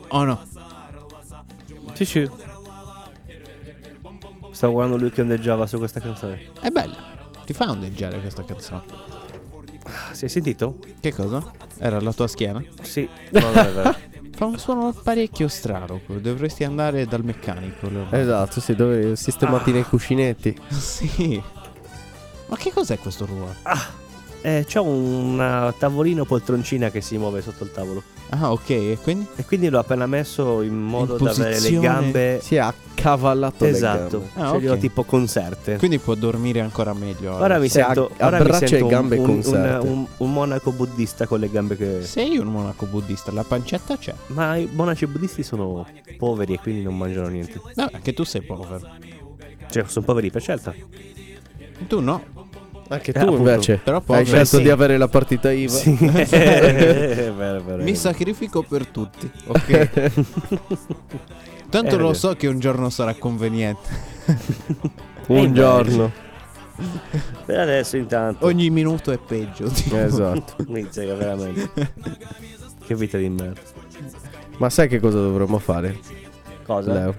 Oh no,
Sì, sì. Stavo guardando lui che ondeggiava su questa canzone.
è bella. Ti fa ondeggiare questa canzone.
Ah, si è sentito?
Che cosa? Era la tua schiena?
Sì. No, non è vero.
Fa un suono parecchio strano. Dovresti andare dal meccanico. Leonardo.
Esatto, sì, dove sistemati nei cuscinetti.
*laughs* Sì. Ma che cos'è questo rumore?
Eh, c'ho una tavolino poltroncina che si muove sotto il tavolo.
Ah, ok, e quindi?
E quindi l'ho appena messo in modo
In
da avere le
posizione.
gambe.
Si è accavallato le
Esatto.
gambe.
Ah,
Ce li ho
ok.
tipo concerte.
Quindi può dormire ancora meglio.
Ora mi
Se
sento,
a-
ora mi
abbraccia
sento
e gambe
un, un, un,
conserte.
un- un monaco buddista con le gambe che...
Sei un monaco buddista, la pancetta c'è.
Ma i monaci buddisti sono poveri e quindi non mangiano niente.
No, anche tu sei povero.
Cioè, sono poveri per scelta.
Tu no,
Anche
Eh,
tu
appunto.
invece.
però povero.
Hai scelto
Sì.
di avere la partita
*laughs*
IVA.
è eh, vero, è vero.
Mi sacrifico per
*laughs*
tutti, ok? Tanto
Eh,
lo
vedi.
so che un giorno sarà conveniente.
*laughs* Un giorno.
Eh,
Oh,
Per adesso intanto.
Ogni minuto è
*laughs*
peggio. tipo.
Esatto.
*laughs* Miseria, veramente. che vita di merda.
*laughs* Ma sai che cosa dovremmo fare,
Cosa?
Leo?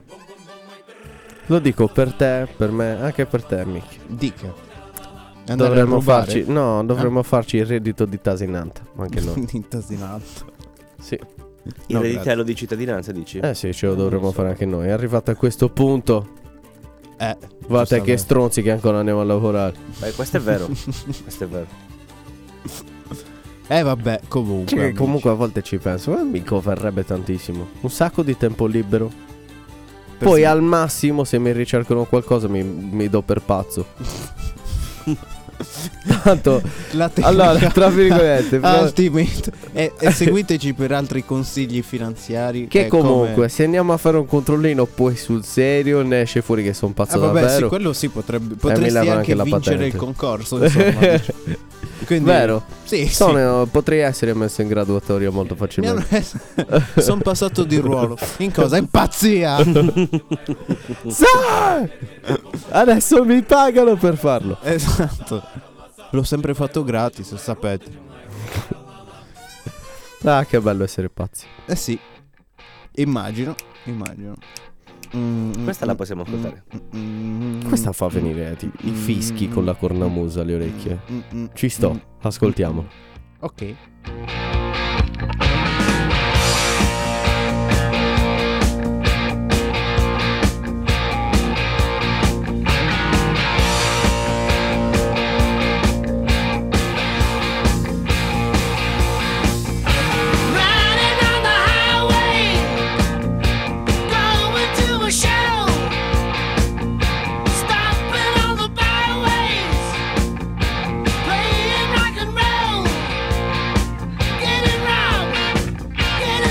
Lo dico per te, per me, anche per te, Mick.
Dica. Andare a
Dovremmo
rubare? *laughs*
farci, no, dovremmo farci il reddito di Tasinanta. ma *laughs* Anche noi.
Intasinato.
sì.
Il
No,
redditello di cittadinanza, dici?
Eh sì, ce lo dovremmo fare anche noi. Arrivato a questo punto,
Eh,
Vabbè, che
giustamente.
stronzi che ancora andiamo a lavorare.
Beh, Eh, questo è vero. questo è vero.
Eh vabbè, comunque.
Cioè,
amici.
comunque a volte ci penso, ma mi converrebbe tantissimo. Un sacco di tempo libero.
Per
Poi
sì.
al massimo se mi ricercano qualcosa mi, mi do per pazzo. *laughs* Tanto,
La tecnica- *laughs*
allora, tra *laughs* virgolette, però-
Ultimate. E,
*laughs*
e seguiteci per altri consigli finanziari.
che
eh, come-
comunque se andiamo a fare un controllino poi sul serio ne esce fuori che sono
Ah,
pazzo
vabbè, sì,
davvero. Eh,
quello sì, potrebbe,
mi
potresti
levano anche
anche
la
vincere
patente.
il concorso, insomma.
*laughs*
dici. Quindi, *laughs* eh,
Vero?
Sì, sì.
Sono- Potrei essere messo in graduatoria molto
Mi
facilmente.
hanno- *laughs* Sono passato di ruolo. In cosa? In
*laughs*
pazzia!
Sì! Adesso mi pagano per farlo.
esatto. L'ho sempre fatto gratis, sapete.
Ah, che bello essere pazzi.
Eh sì. Immagino, immagino. Mm,
Questa
mm,
la
mm,
possiamo ascoltare.
mm, mm,
Questa fa venire ti- i fischi con la cornamusa alle orecchie.
mm, mm,
Ci
mm.
sto, ascoltiamo.
Ok.
Riding on the highway, going to a show, stopping on the byways, playing rock and roll, getting robbed,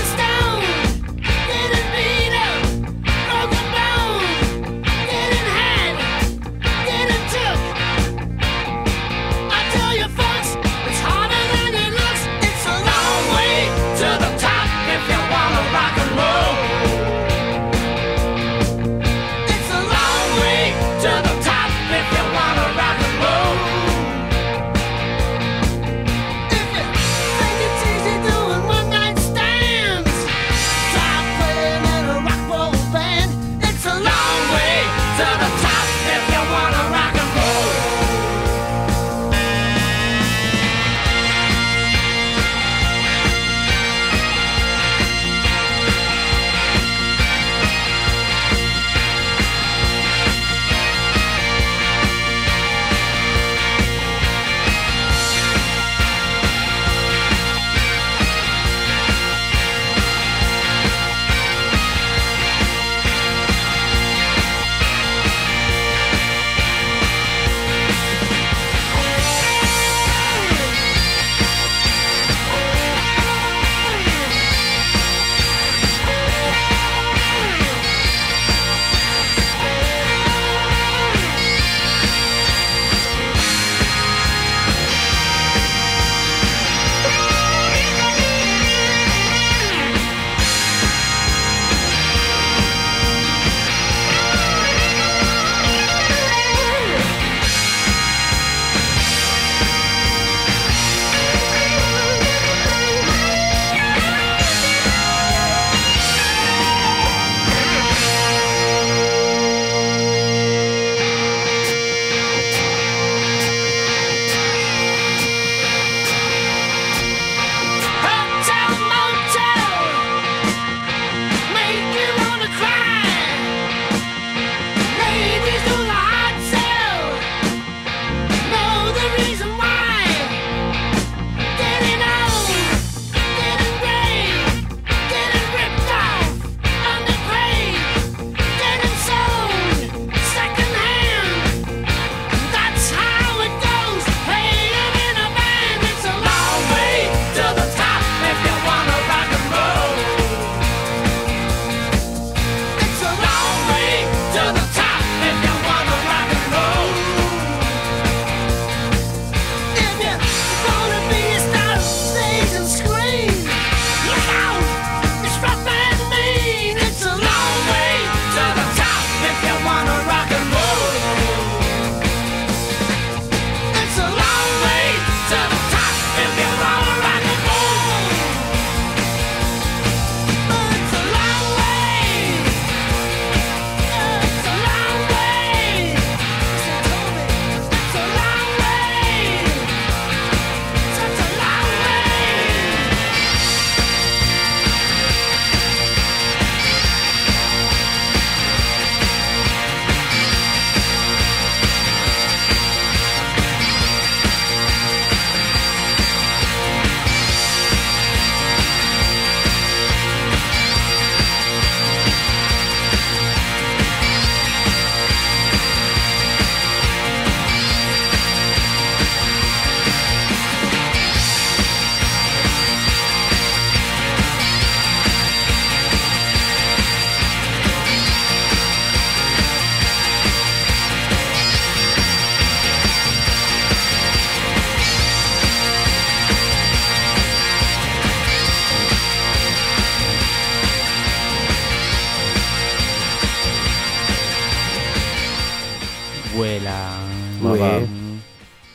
Uela.
Ma va.
Mi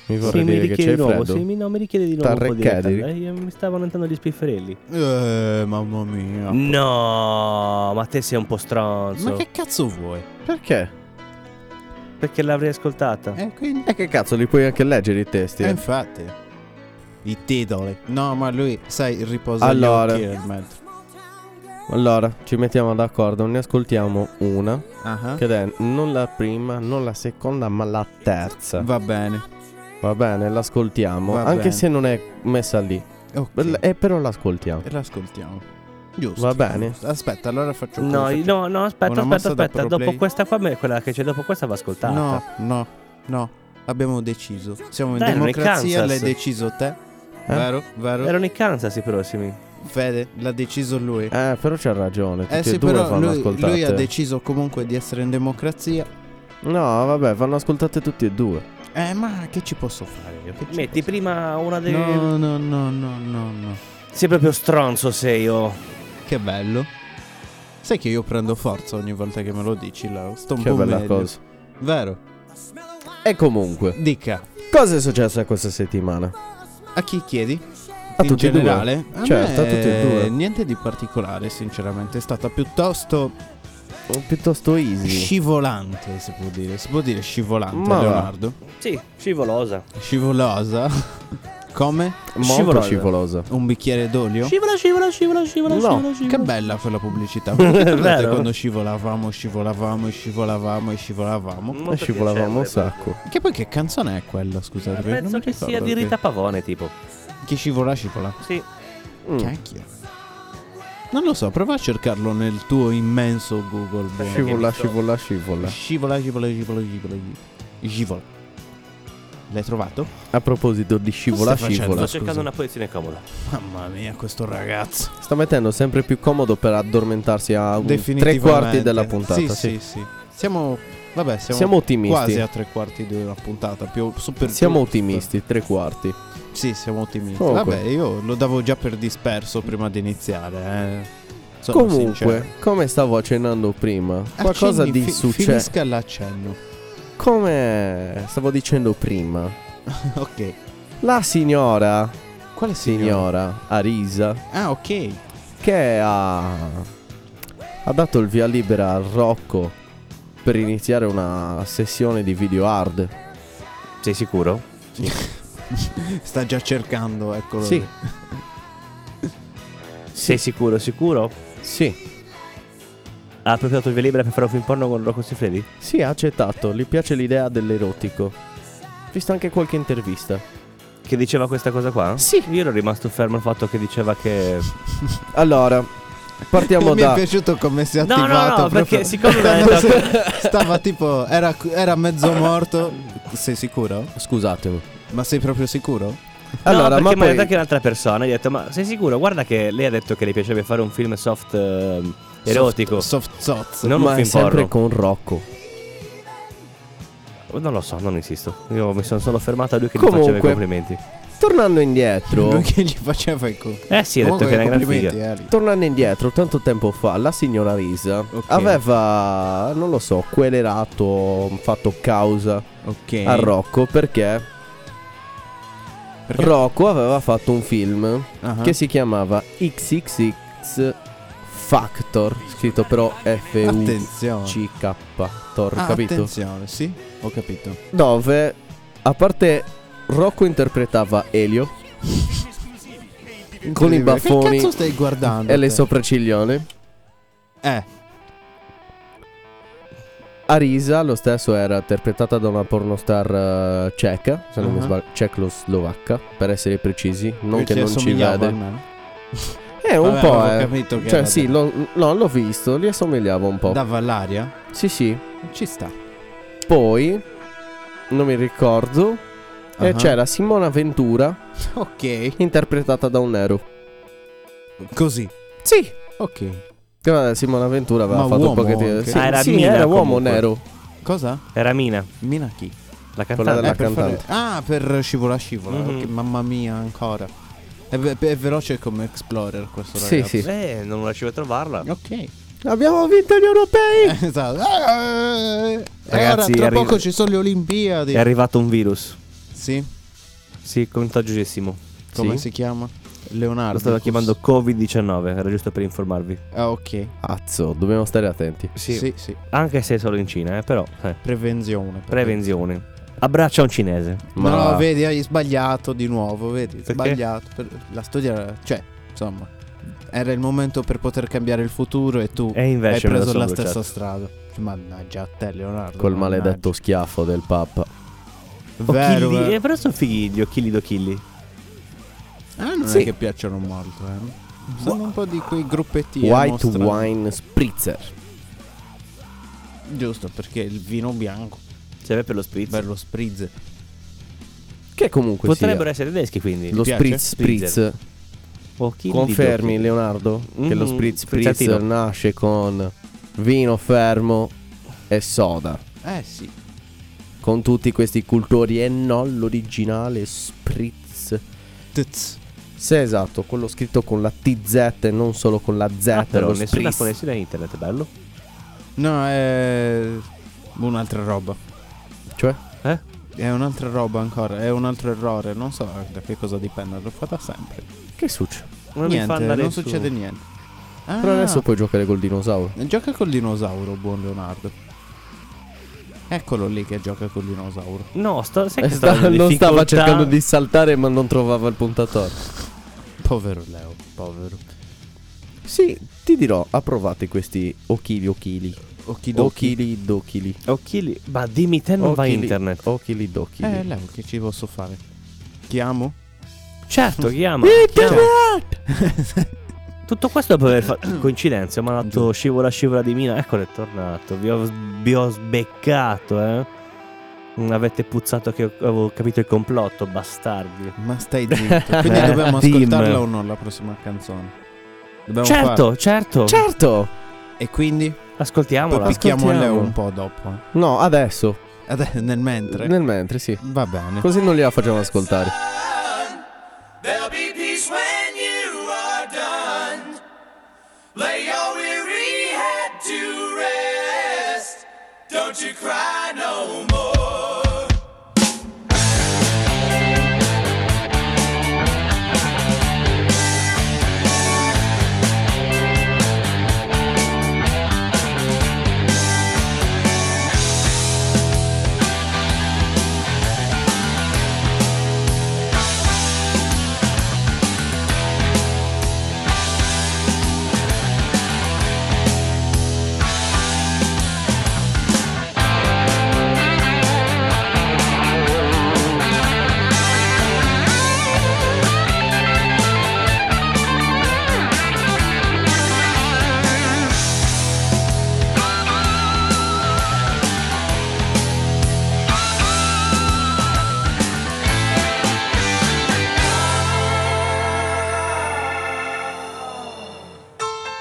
Sì,
vorrei
mi
dire che
richiede
c'è
di nuovo,
freddo.
sì, mi, no, mi richiede di nuovo un po' di
Tarrecchedi.
ritardo. Eh, io mi stavano entrando gli spifferelli.
Eh, mamma mia.
Mm.
No, ma te sei un po' stronzo.
Ma che cazzo vuoi?
Perché?
Perché l'avrei ascoltata.
Eh, quindi...
E che cazzo, li puoi anche leggere i testi.
Eh, infatti. I titoli. No, ma lui, sai, il riposo
Allora.
agli occhi nel mezzo.
Allora, ci mettiamo d'accordo, ne ascoltiamo una,
Ah,
che è non la prima, non la seconda, ma la terza.
Va bene.
Va bene, l'ascoltiamo,
Va
anche
bene.
se non è messa lì.
Ok.
L- eh, però l'ascoltiamo.
E l'ascoltiamo. Giusto.
Va bene.
giusto. Aspetta, allora faccio
No,
come
no, no, aspetta,
Una
aspetta,
mossa da
aspetta.
pro
Dopo
play?
questa qua, me- quella che c'è dopo questa va
faccio-
ascoltata.
No, no, no. Abbiamo deciso. Siamo in
Dai, non è
democrazia,
Kansas.
l'hai deciso te.
Eh?
Vero, vero.
Erano in Kansas i prossimi.
Fede, l'ha deciso lui.
Eh, però c'ha ragione, tutti
Eh sì,
e due
però
vanno
lui,
ascoltate.
lui ha deciso comunque di essere in democrazia.
No, vabbè, vanno ascoltate tutti e due.
Eh, ma che ci posso fare io? Che ci
Metti
posso-
prima una delle.
No, no, no, no, no, no.
Sei proprio stronzo, sei oh. io.
Che bello. Sai che io prendo forza ogni volta che me lo dici, Lau. Sto un
Che
po'
bella
meglio.
cosa.
Vero.
E comunque,
Dica,
cosa è successo questa settimana?
a chi chiedi?
A
in
tutti e due.
generale? A
Certo, a tutti e
me
due.
Niente di particolare, sinceramente. È stata piuttosto Oh,
Piuttosto easy.
scivolante, si può dire. Si può dire scivolante,
Ma va.
Leonardo.
Sì, scivolosa.
Scivolosa. Come?
Molto scivolosa.
Un bicchiere d'olio?
Scivola, scivola, scivola, scivola,
No,
scivola,
Che
scivola.
bella quella
*laughs*
pubblicità. Vi ricordate
Vero?
quando scivolavamo, scivolavamo, scivolavamo e scivolavamo?
Molto
Scivolavamo Eh, un
piacevole,
sacco.
Che poi che canzone è quella, scusate? perché non
Penso
mi
che sia
ricordo
di
che- Ah,
Rita Pavone, tipo.
Chi scivola scivola.
Sì.
Mm.
Cacchio. Non lo so, prova a cercarlo nel tuo immenso Google. buono.
Scivola, scivola, scivola.
Scivola, scivola, scivola, scivola. Scivola. L'hai trovato?
A proposito di scivola,
stai facendo?
scivola.
Sto cercando una posizione comoda.
Mamma mia, questo ragazzo.
Sta mettendo sempre più comodo per addormentarsi a un- tre quarti della puntata.
Sì,
sì.
sì, sì. Siamo. Vabbè, siamo,
Siamo ottimisti.
quasi a tre quarti della puntata. Più, su per giù.
Siamo ottimisti, tre quarti.
Sì, siamo ottimisti.
Comunque.
Vabbè, io lo davo già per disperso prima di iniziare. Eh. Sono sincero.
Comunque, come stavo accennando prima, qualcosa
Accendi,
di
fi-
successo.
Finisca l'accenno.
Come stavo dicendo prima,
ok.
la signora,
Quale signora?
signora Arisa,
Ah, ok.
che ha, ha dato il via libera al Rocco per iniziare una sessione di video hard.
Sei sicuro?
Sta già cercando, ecco. eccolo.
Sì,
lì.
Sei sicuro, sicuro?
sì,
Ha approfittato il via libera per fare un film porno con Rocco Siffredi?
sì, ha accettato, gli piace l'idea dell'erotico. Ho Visto anche qualche intervista.
Che diceva questa cosa qua?
Sì.
Io ero rimasto fermo al fatto che diceva che.
Allora, partiamo
Mi è
da...
piaciuto come si è
No, no,
attivato.
no,
proprio.
perché siccome non è
*laughs* Quando
detto-
se- stava tipo era, era mezzo morto. Sei sicuro?
Scusatemi.
Ma sei proprio sicuro?
Allora,
no,
ma
perché mi ha
poi...
detto anche un'altra persona. Gli ha detto, ma sei sicuro? Guarda che lei ha detto che le piacerebbe fare un film soft ehm, erotico.
Soft, soft soz.
non
ma
un
è
film
sempre
porno.
con Rocco.
Non lo so, non insisto. Io mi sono solo fermato a lui che gli faceva i
Comunque.
complimenti.
Tornando
Lui
indietro,
*laughs* che gli faceva i cu-
Eh sì, ha detto
Comunque,
che era una gran
complimenti,
figa.
Ari.
tornando indietro, tanto tempo fa, la signora Risa
Ok.
aveva, non lo so, querelato, fatto causa
Ok.
a Rocco perché,
Perché-
Rocco aveva fatto un film
Ah.
che si chiamava XXX Factor, scritto però F-U-C-K,
Attenzione.
tor,
Ah,
capito?
attenzione, sì, ho capito.
Dove, a parte Rocco interpretava Elio con i
Incredibile. Che
baffoni
cazzo stai guardando?
e le
te?
sopracciglione.
Eh,
Arisa lo stesso era interpretata da una pornostar eh, ceca, se non mi
Ah.
sbaglio, cecoslovacca, per essere precisi, non
lui
che
ti
non ci
assomigliava
vede.
almeno.
Eh, un
Vabbè,
po',
avevo
eh.
capito che
Cioè,
era
sì,
da-
lo- no, l'ho visto, li assomigliava un po'.
Dava l'aria?
Sì, sì.
Ci sta.
Poi non mi ricordo e
Ah.
c'era Simona Ventura
Ok.
interpretata da un nero.
Così.
Sì.
Ok.
Eh, Simona Ventura aveva
Ma
fatto un
uomo
pochettino.
anche?
Sì,
Ah, era
sì,
Mina,
era uomo
comunque.
nero.
Cosa?
Era Mina,
Mina chi?
la
Quella
cantante.
della
per fare-
cantante.
Ah, per scivola scivola.
Mhm.
ok, mamma mia, ancora. È, ve- è veloce come Explorer questo
Sì,
ragazzo.
sì.
Eh, non riuscivo a trovarla.
Ok.
Abbiamo vinto gli europei!
*laughs* Esatto. Eh,
Ragazzi,
ora, tra
arriva-
poco ci sono le Olimpiadi.
È arrivato un virus.
sì,
Sì, contagiosissimo.
come
Sì.
si chiama? Leonardo.
Lo stava chiamando Covid-19, era giusto per informarvi.
Ah, ok.
Azzo, dobbiamo stare attenti.
Sì, sì.
Anche se è solo in Cina, eh, però. eh,
Prevenzione. perché-
Prevenzione. Abbraccia un cinese.
No,
Ma-
no, vedi, hai sbagliato di nuovo, vedi,
Perché?
sbagliato. Per- La studia, cioè, insomma, era il momento per poter cambiare il futuro e tu
E Eh, invece
hai
me lo
preso
sono
la
bruciato.
stessa strada. Mannaggia a te, Leonardo.
Col
mannaggia.
maledetto schiaffo del Papa.
Vero,
Occhilli-
vero.
eh, però sono fighi gli occhilli d'occhilli.
Ah, non
Sì.
è che piacciono molto, eh. Sono un po' di quei gruppettini. a
White
mostra.
wine spritzer.
Giusto, perché il vino bianco,
Serve Cioè, per lo spritz.
bello spritz.
Che comunque
Potrebbero essere tedeschi, quindi.
sia lo
piace?
spritz spritz.
Occhilli
Confermi
d'occhilli.
Leonardo che lo
Mm-hmm.
Mm,
spritz spritzer
frizzatino.
nasce con vino fermo e soda.
Eh sì.
Con tutti questi cultori e non l'originale spritz.
Tz.
Sì, esatto, quello scritto con la TZ e non solo con la Z.
Ah, però
lo
nessuna
spritz.
connessione a internet, bello.
No, è un'altra roba.
Cioè,
Eh?
È un'altra roba ancora, è un altro errore, non so da che cosa dipende, l'ho fatta sempre.
che succede?
Non mi fa
niente,
andare
non
su.
succede niente. Ah,
Però adesso puoi giocare col dinosauro.
Gioca col dinosauro, buon Leonardo. Eccolo lì che gioca col dinosauro.
No, sto, sai *laughs*
*laughs* Eh,
che
sta-
sta,
non stava cercando di saltare ma non trovava il puntatore.
Povero Leo, povero.
Sì, ti dirò, approvate questi ochili ochili.
Okidoki.
Ochili dochili.
Occhili. Ma dimmi te non vai
Ochili-
internet.
Ochili dochili.
Eh, Leo, che ci posso fare? Chiamo?
*laughs*
Certo, chiama. chiama. Tutto questo dopo aver *clears throat* fatto coincidenza, ma dato scivola scivola di mina. Eccolo, è tornato. Vi ho, vi ho sbeccato, eh. Non avete puzzato che avevo capito il complotto, bastardi.
*laughs* Ma stai zitto. Quindi dobbiamo
Dimmi.
ascoltarla o no la prossima canzone? Dobbiamo
certo, certo.
Certo!
farla. E quindi? Poi
Ascoltiamola.
picchiamo
ascoltiamo.
Leo un po' dopo. eh.
No, adesso.
Adè, nel mentre.
Nel mentre, sì.
Va bene.
Così non gliela facciamo ascoltare.
There'll be peace when you are done. Lay your weary head to rest. Don't you cry no more.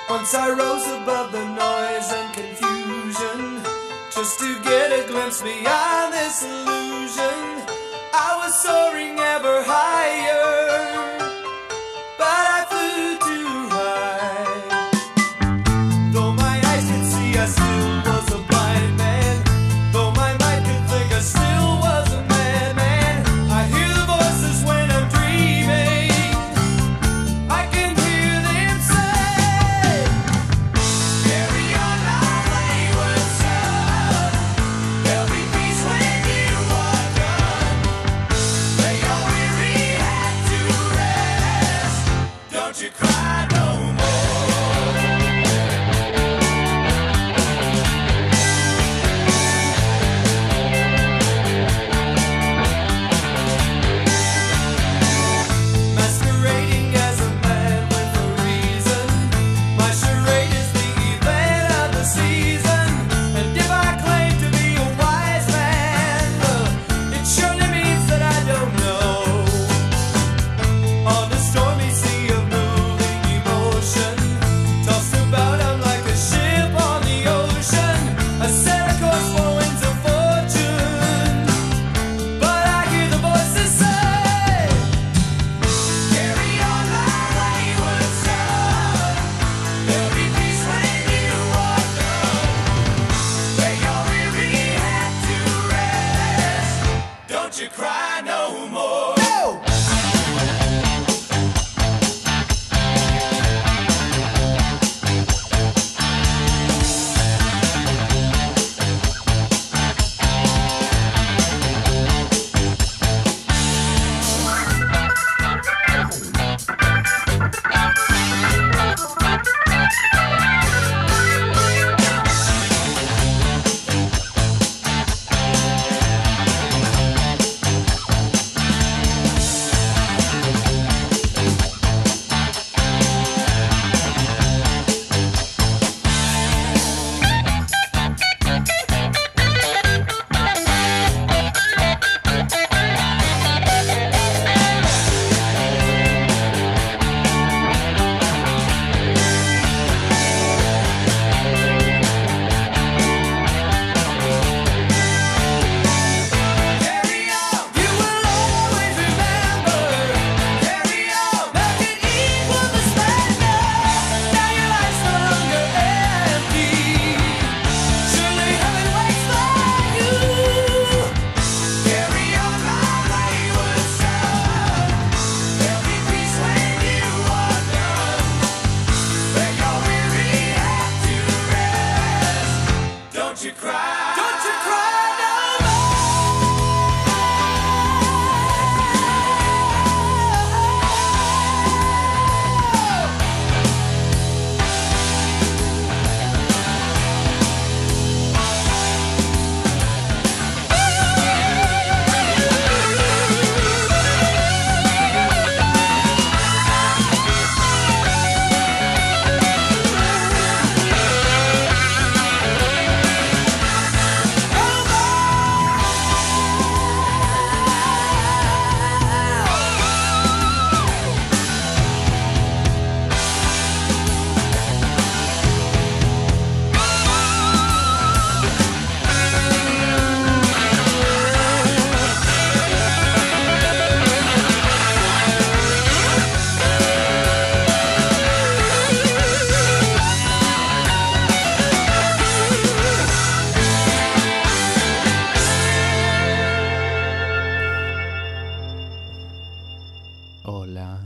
Once I rose above the noise and confusion, just to get a glimpse beyond this illusion. I was soaring ever higher, but I flew too high. Though my eyes could see, I still was a blind man. Though my mind could think, I still was a madman. I hear the voices when I'm dreaming. I can hear them say, "Carry on, my wayward son. There'll be peace when you are done. Lay your weary head
uh,
Don't you cry. Don't you cry no more.
Hola.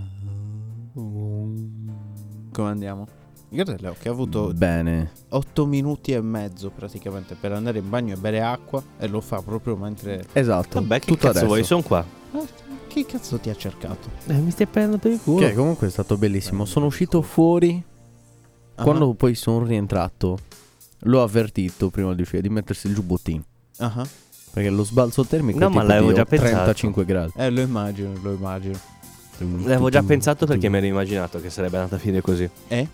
Come andiamo? Io Leo che ha avuto
Bene.
8 minuti e mezzo praticamente per andare in bagno e bere acqua e lo fa proprio mentre...
Esatto.
Vabbè, che
tutto
cazzo
adesso.
vuoi? Sono qua.
Ah, Chi cazzo ti ha cercato?
Eh, mi stai prendendo per il culo.
Che comunque è stato bellissimo. Sono uscito fuori.
Ah.
Quando poi sono rientrato, l'ho avvertito prima di uscire di mettersi il giubbottino.
Ah, ah.
Perché lo sbalzo termico
No,
è
ma
tipo
l'avevo
di
già pensato.
35 gradi.
Eh, lo immagino, lo immagino.
L'avevo già pensato perché mi ero immaginato che sarebbe andata a finire così.
Eh?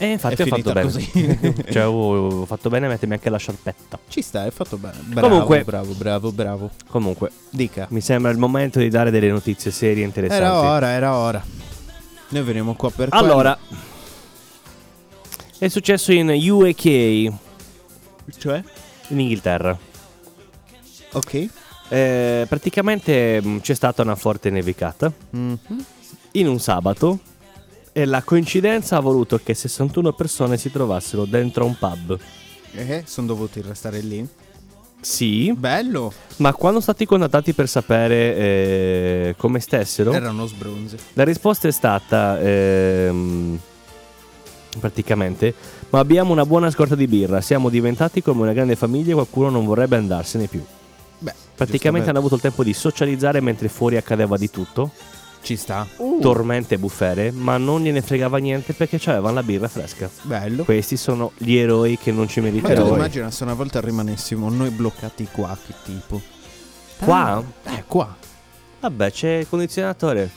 E infatti
È
ho fatto
finita
bene.
così.
*laughs* cioè, ho, ho fatto bene a mettermi anche la sciarpetta.
Ci sta, hai fatto bene. Bravo,
Comunque-
bravo, bravo, bravo.
Comunque,
Dica.
mi sembra il momento di dare delle notizie serie e interessanti.
Era ora, era ora. Noi veniamo qua per quello.
Allora, è successo in UK, in
Cioè?
Inghilterra.
Ok.
Eh, praticamente mh, c'è stata una forte nevicata
Mm-hmm.
in un sabato e la coincidenza ha voluto che 61 persone si trovassero dentro un pub.
Eh, sono dovuti restare lì.
Sì,
Bello.
ma quando sono stati contattati per sapere eh, come stessero,
Erano sbronzi.
la risposta è stata ehm, praticamente ma abbiamo una buona scorta di birra, siamo diventati come una grande famiglia e qualcuno non vorrebbe andarsene più.
Beh,
Praticamente hanno
giustamente.
avuto il tempo di socializzare mentre fuori accadeva di tutto.
Ci sta.
tormente e bufere, ma non gliene fregava niente perché avevano la birra fresca.
Bello.
Questi sono gli eroi che non ci
Ma tu
meriterò.
immagina se una volta rimanessimo noi bloccati qua, che tipo?
Qua?
Eh, qua.
Vabbè, c'è il condizionatore.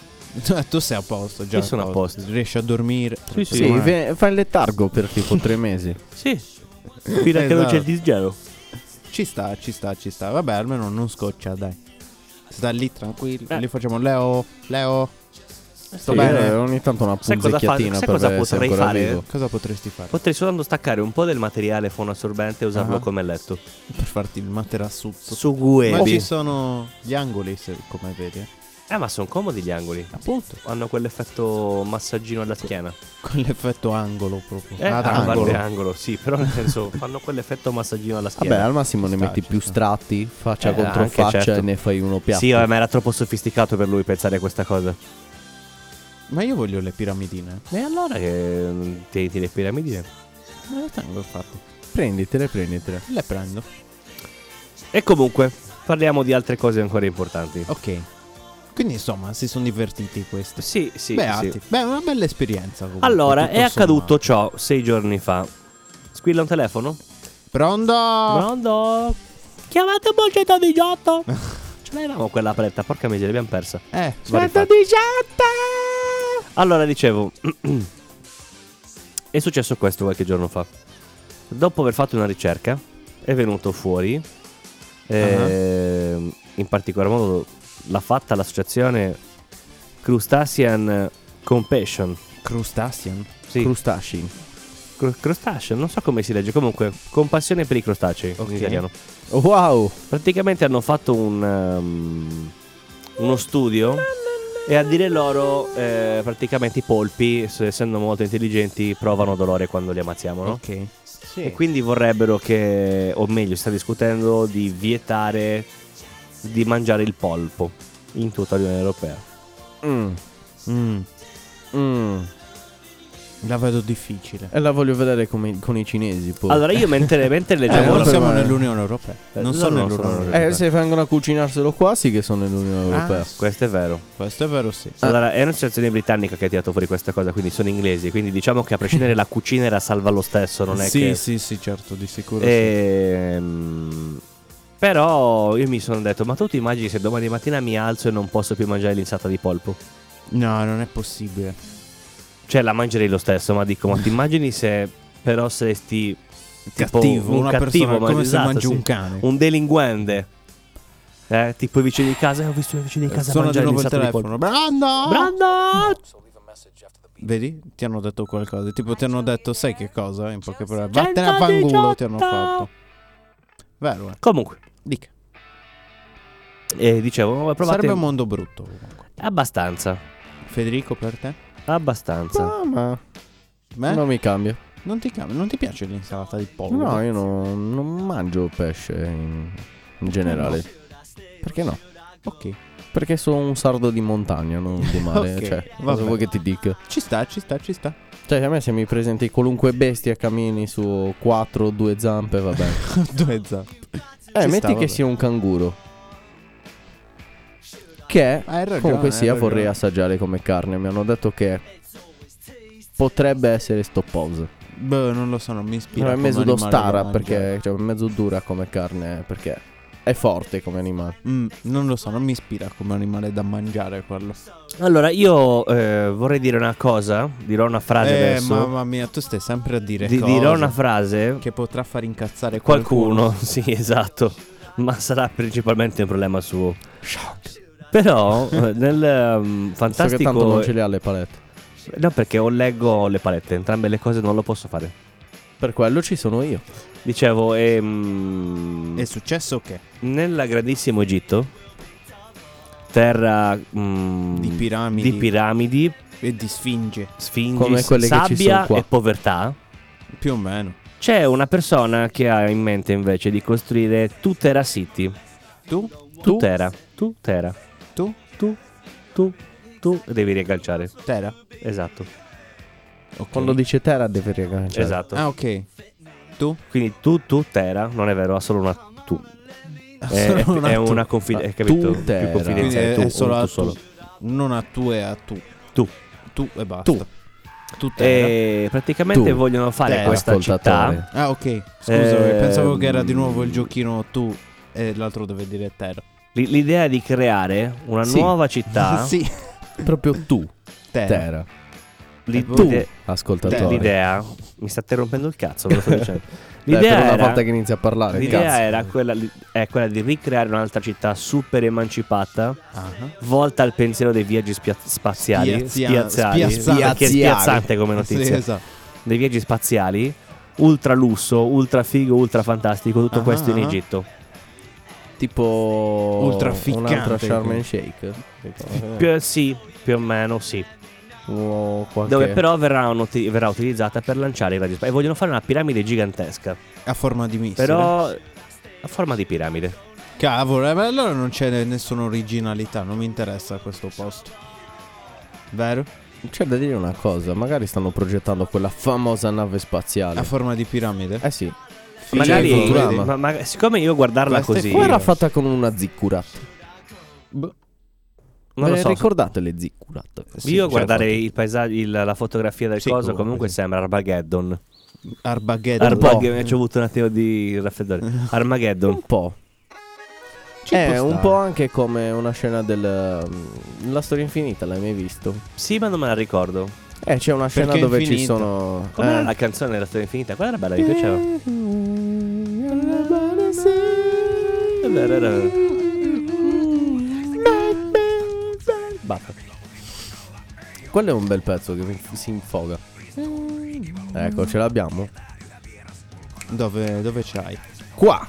Tu, Eh, tu sei a posto già.
Io sono a posto.
Riesci a dormire.
Sì, sì.
Sì, ve- fai il letargo per
*laughs*
tipo tre mesi.
Sì.
*laughs*
Fino a che non c'è il
Esatto.
disgelo.
Ci sta, ci sta, ci sta. Vabbè, almeno non scoccia, dai. Sta lì tranquillo.
Eh.
Lì facciamo Leo, Leo. Sto
Sì,
bene.
eh, Ogni tanto una
Sai cosa fa-
punzecchiatina
sai
per
cosa
vedere se è
potrei
ancora
fare?
vivo.
Cosa potresti fare?
Potrei soltanto staccare un po' del materiale fonoassorbente e usarlo
Ah.
come letto.
per farti il materassuzzo.
Su
Ma ci
Guebi.
sono gli angoli, se- come vedi. eh.
Eh, ma sono comodi gli angoli.
Appunto.
Hanno quell'effetto massaggino alla schiena.
Con l'effetto angolo proprio.
Eh,
Ad
ah,
angolo.
vale angolo, sì, però nel
*laughs*
senso fanno quell'effetto massaggino alla
Vabbè,
schiena.
al massimo ne
sta,
metti
ci
più
sta.
strati, faccia
Eh,
contro
anche,
faccia
certo.
e ne fai uno piatto.
Sì, vabbè, ma era troppo sofisticato per lui pensare a questa cosa.
Ma io voglio le piramidine.
E allora che mm, ti ti le piramidi?
Me le tengo, infatti.
Prenditele, prenditele.
Le prendo.
E comunque, parliamo di altre cose ancora importanti.
Ok. Quindi, insomma, si sono divertiti questi.
Sì, sì,
Beati.
sì.
Beh, è una bella esperienza. comunque,
Allora,
tutto
è accaduto ciò sei giorni fa. Squilla un telefono?
sommato. Pronto?
Pronto? Chiamate Bolcetta di *laughs* Giotto! Ce l'avevamo quella pretta, porca miseria, l'abbiamo persa.
Eh,
Bolcetta di Giotto! Allora, dicevo... *clears throat* è successo questo qualche giorno fa. Dopo aver fatto una ricerca, è venuto fuori... ehm, In particolar modo l'ha fatta l'associazione Crustacean Compassion.
Crustacean.
Sì,
Crustacei.
cru- Crustacean, non so come si legge, comunque compassione per i crostacei
Ok.
in italiano.
Wow!
Praticamente hanno fatto un, um, uno studio e a dire loro eh, praticamente i polpi, se- essendo molto intelligenti, provano dolore quando li ammazziamo, no?
Ok. Sì.
E quindi vorrebbero che, o meglio, sta discutendo di vietare di mangiare il polpo in tutta l'Unione Europea.
Mm,
Mm.
mm.
La vedo difficile.
E la voglio vedere come- con, i cinesi poi.
Allora io mentre,
*laughs*
mentre
Eh,
già
leggevo
non
molto
la-
siamo
male.
nell'Unione Europea.
Eh,
Non
no,
sono
no,
nell'Unione
sono-
Europea.
Eh, Ah, se vengono a cucinarselo qua, sì che sono nell'Unione Europea.
Questo è vero.
Questo è vero, Eh, sì.
Allora, è un'associazione britannica che ha tirato fuori questa cosa, quindi sono inglesi, quindi diciamo che a prescindere la cucina era salva lo stesso, non è
sì,
che... Eh,
sì, sì, certo, di sicuro.
Ehm, Però io mi sono detto, ma tu ti immagini se domani mattina mi alzo e non posso più mangiare l'insalata di polpo?
sì. No, non è possibile.
Cioè la mangerei lo stesso, ma dico, ma ti immagini se però saresti tipo
cattivo,
un
una
cattivo,
persona
ma-
come se
esatto,
mangi
sì.
un cane.
un delinquente? Eh, tipo i vicini di casa, eh, ho visto i vicini di casa
Suona di
mangiare
nuovo il
l'insalata di
telefono.
polpo.
Brando!
Brando!
Vedi? Ti hanno detto qualcosa. Tipo, ti hanno detto, sai che cosa? In poche parole, vattene a fangulo. Ti hanno
118.
fatto. Vero, eh?
Comunque,
Dica.
eh, dicevo, provate
Sarebbe un mondo brutto. comunque.
abbastanza,
Federico, per te?
abbastanza.
Ah, ma
Beh,
non mi cambia.
non, ti, cam- non ti piace l'insalata di pollo?
Eh? No, io no- non mangio pesce in, in generale. Perché no?
Ok.
Perché sono un sardo di montagna, non di *laughs* mare.
Ok,
cioè, cosa
vabbè.
vuoi che ti dica?
Ci sta, ci sta, ci sta.
Cioè, a me se mi presenti qualunque bestia cammini su quattro o due zampe, va bene.
*laughs* Due zampe.
Eh,
Ci
metti
sta,
che
vabbè.
sia un canguro. Che
Ah, Hai ragione.
comunque
hai
sia,
ragione.
vorrei assaggiare come carne. Mi hanno detto che potrebbe essere stopposa.
Beh, non lo so, non mi ispira.
Però è
come
mezzo do
animale da
stara
mangiare.
perché cioè, è mezzo dura come carne perché è forte come animale.
Mm, non lo so, non mi ispira come animale da mangiare quello.
Allora, io eh, vorrei dire una cosa, dirò una frase
eh,
adesso.
mamma mia, tu stai sempre a dire
Di-
cose
dirò una frase
che potrà far incazzare qualcuno.
qualcuno, *laughs* sì, esatto, ma sarà principalmente un problema suo. Però eh, nel ehm,
So che tanto
fantastico
non ce le ha le palette.
No, perché o leggo o le palette, entrambe le cose non lo posso fare.
Per quello ci sono io.
Dicevo, ehm,
È successo che?
nella grandissimo Egitto, terra mm,
Di piramidi.
di piramidi,
E di sfinge,
sfingi,
Come quelle che ci sono
sabbia
qua.
e povertà,
più o meno.
c'è una persona che ha in mente invece di costruire Tutera City.
Tu?
Tutera, Tutera,
Tu?
tu, tu, tu devi riagganciare.
Terra?
Esatto,
Ok.
Quando dice terra deve riagganciare.
esatto.
Ah, ok. Tu?
Quindi tu, tu, terra, non è vero, ha solo una tu.
*laughs*
È,
Solo una
è
tu.
una
Ah,
confidenza, capito?
tu,
Più
terra.
Quindi
confidenziale,
è,
tu,
è solo
un
a
tu
tu.
solo.
Non a tu e a tu.
Tu. Eh,
Tu e basta.
Tu.
Tu terra.
E praticamente
Tu.
vogliono fare
Terra.
questa
Ascoltatore.
città.
Ah, ok. Scusa,
Eh,
pensavo che era di nuovo il
mm.
giochino tu e l'altro deve dire terra.
L- l'idea di creare una
Sì.
nuova città.
*laughs* sì.
Proprio tu,
Terra.
terra.
L'i-
Tu.
l'ide-
Ascoltatore.
l'idea. Mi state rompendo il cazzo, ve lo sto dicendo.
Dai,
L'idea,
per una
era,
volta che inizia a parlare,
l'idea
cazzo.
era quella, di- è quella di ricreare un'altra città super emancipata.
Ah.
Volta al pensiero dei viaggi spia- spaziali.
Spiazia-
spiazzali.
spiazzali.
Perché è spiazzante come notizia.
Sì, esatto.
dei viaggi spaziali, ultra lusso, ultra figo, ultra fantastico, tutto
Ah,
questo in
ah.
Egitto.
Tipo
Ultra
un'altra
ficcante.
Sharm and Shake. Tipo, eh,
Più, sì, più o meno sì.
o qualche-
Dove però verrà, uti- verrà utilizzata per lanciare i raggi spaziali. E vogliono fare una piramide gigantesca,
A forma di missile.
però a forma di piramide.
Cavolo, eh, ma allora non c'è nessuna originalità, non mi interessa questo posto. Vero?
C'è da dire una cosa, magari stanno progettando quella famosa nave
A
spaziale.
forma di piramide.
Eh sì.
Cioè,
Magari,
Futurama.
Futurama.
ma, ma- siccome io guardarla
Questa è
così,
Qua era
fuori-
fatta con una ziccurat.
Boh,
non lo
Ve
so.
Eh, Ricordate le ziccurat?
sì,
io
cioè,
guardare il paesaggio, il- la fotografia del
Sì,
coso,
comunque,
comunque
sì.
sembra Armageddon.
Arbageddon.
Armageddon, ci ho avuto un attimo di
*laughs*
raffreddore. Armageddon.
Un po'.
Ci
È
può
un
stare.
po' anche come una scena del. mm, La storia infinita, l'hai mai visto?
Sì, ma non me la ricordo.
Eh, c'è una scena
Perché è
dove ci
infinita.
sono.
Com'era
eh.
la canzone della storia infinita? Quella era bella, mi piaceva. Basta.
Quello è un bel pezzo che mi- si infoga. Ecco, ce l'abbiamo.
Dove, dove c'hai?
Qua.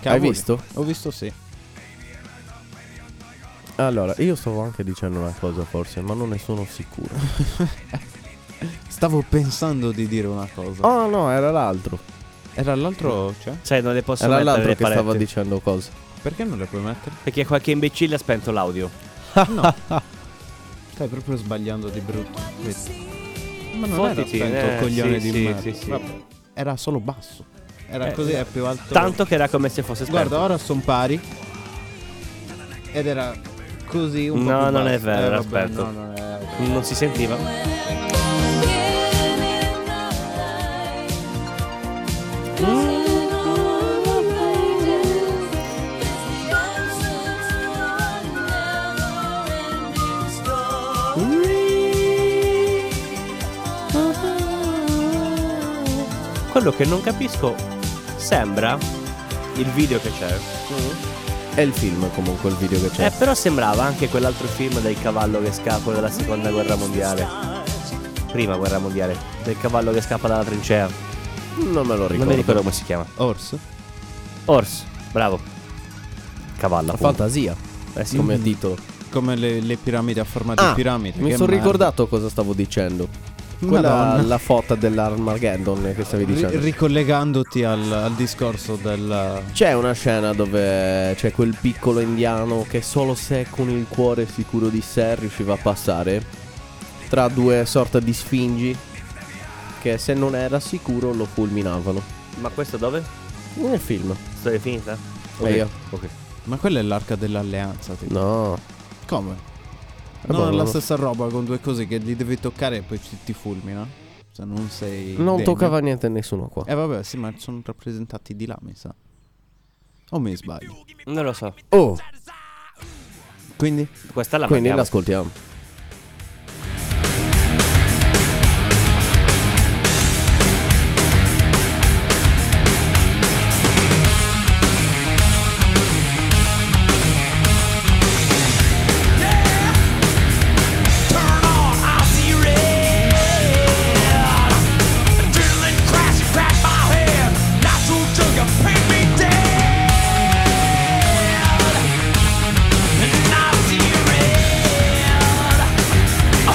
Cavolo.
visto?
Ho visto sì.
Allora, io stavo anche dicendo una cosa forse, ma non ne sono *laughs* sicuro.
Stavo pensando di dire una cosa.
Oh no, era l'altro.
Era l'altro, cioè?
Cioè, non le posso
Era
mettere
l'altro
le
che stava
palette.
dicendo cose.
Perché non le puoi mettere?
Perché qualche imbecille ha spento l'audio.
Stai proprio sbagliando di brutto. Vedi. Ma non
Fottiti,
era tanto
eh,
coglione
sì,
di
sì,
merda.
sì, sì.
Vabbè, Era solo basso. Era
Eh,
così, è più alto.
Tanto che era come se fosse esperto.
Guarda, ora sono pari. Ed era così un po'
No,
più
non
basso. Eh,
è vero, era
vabbè,
esperto.
no, non è-
non si sentiva. Quello che non capisco sembra il video che c'è.
È il film comunque il video che c'è.
Eh, però sembrava anche quell'altro film del cavallo che scappa dalla seconda guerra mondiale. Prima guerra mondiale. Del cavallo che scappa dalla trincea.
non me lo ricordo.
Non mi ricordo come si chiama.
Orso?
Ors, bravo. Cavallo.
La
appunto.
fantasia
Eh sì.
come titolo.
Come le, le piramidi a forma di
Ah,
piramide.
Mi
che
sono
merda.
ricordato cosa stavo dicendo. Quella
Madonna.
la foto dell'Armageddon che stavi
Ri-
dicendo.
ricollegandoti al, al discorso del.
C'è una scena dove c'è quel piccolo indiano che solo se con il cuore sicuro di sé riusciva a passare tra due sorta di sfingi che se non era sicuro lo fulminavano.
Ma questo dove?
Nel film.
Storia finita?
E io?
Ok.
Ma quella è l'arca dell'alleanza. Tipo.
No.
Come?
Eh,
No,
boh,
è la
no.
stessa roba con due cose che li devi toccare e poi ci- ti fulmina. Se non sei.
Non
degno.
toccava niente a nessuno qua.
Eh vabbè, sì, ma sono rappresentati di là, mi sa. O mi sbaglio.
Non lo so.
Oh,
Quindi?
Questa la
quindi
mancava.
l'ascoltiamo.
Thank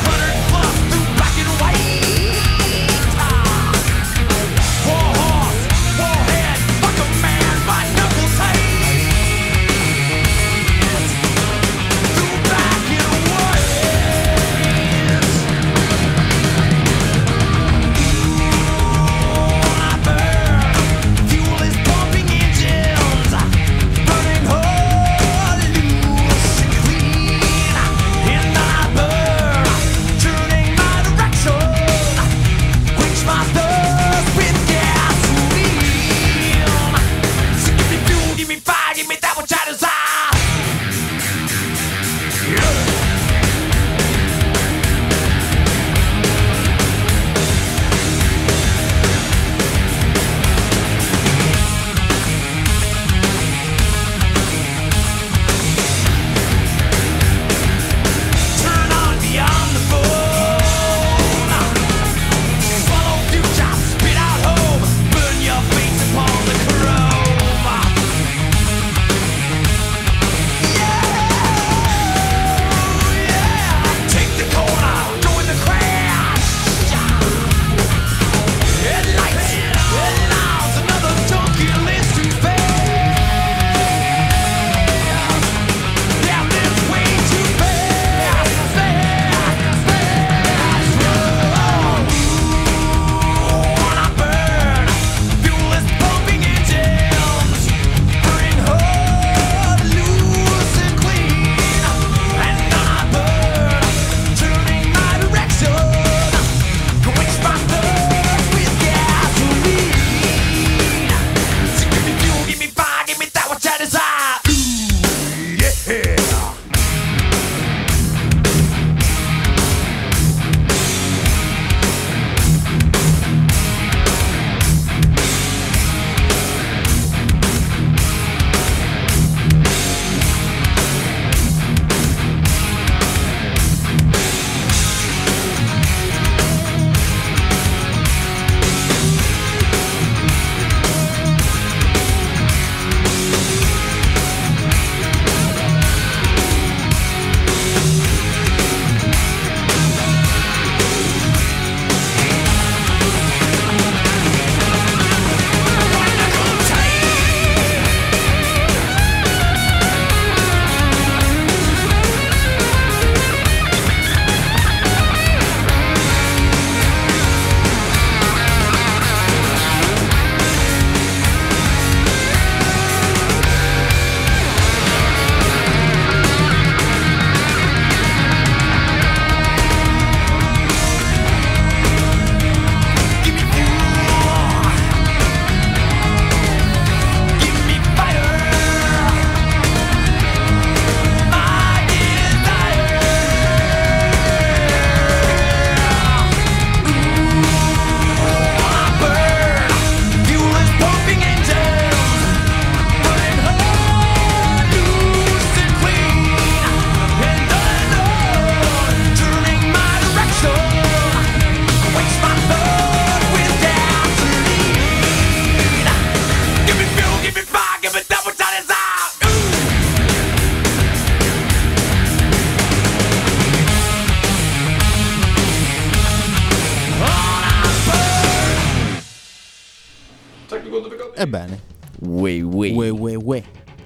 Ebbene,
Way, way.
ue ue ue.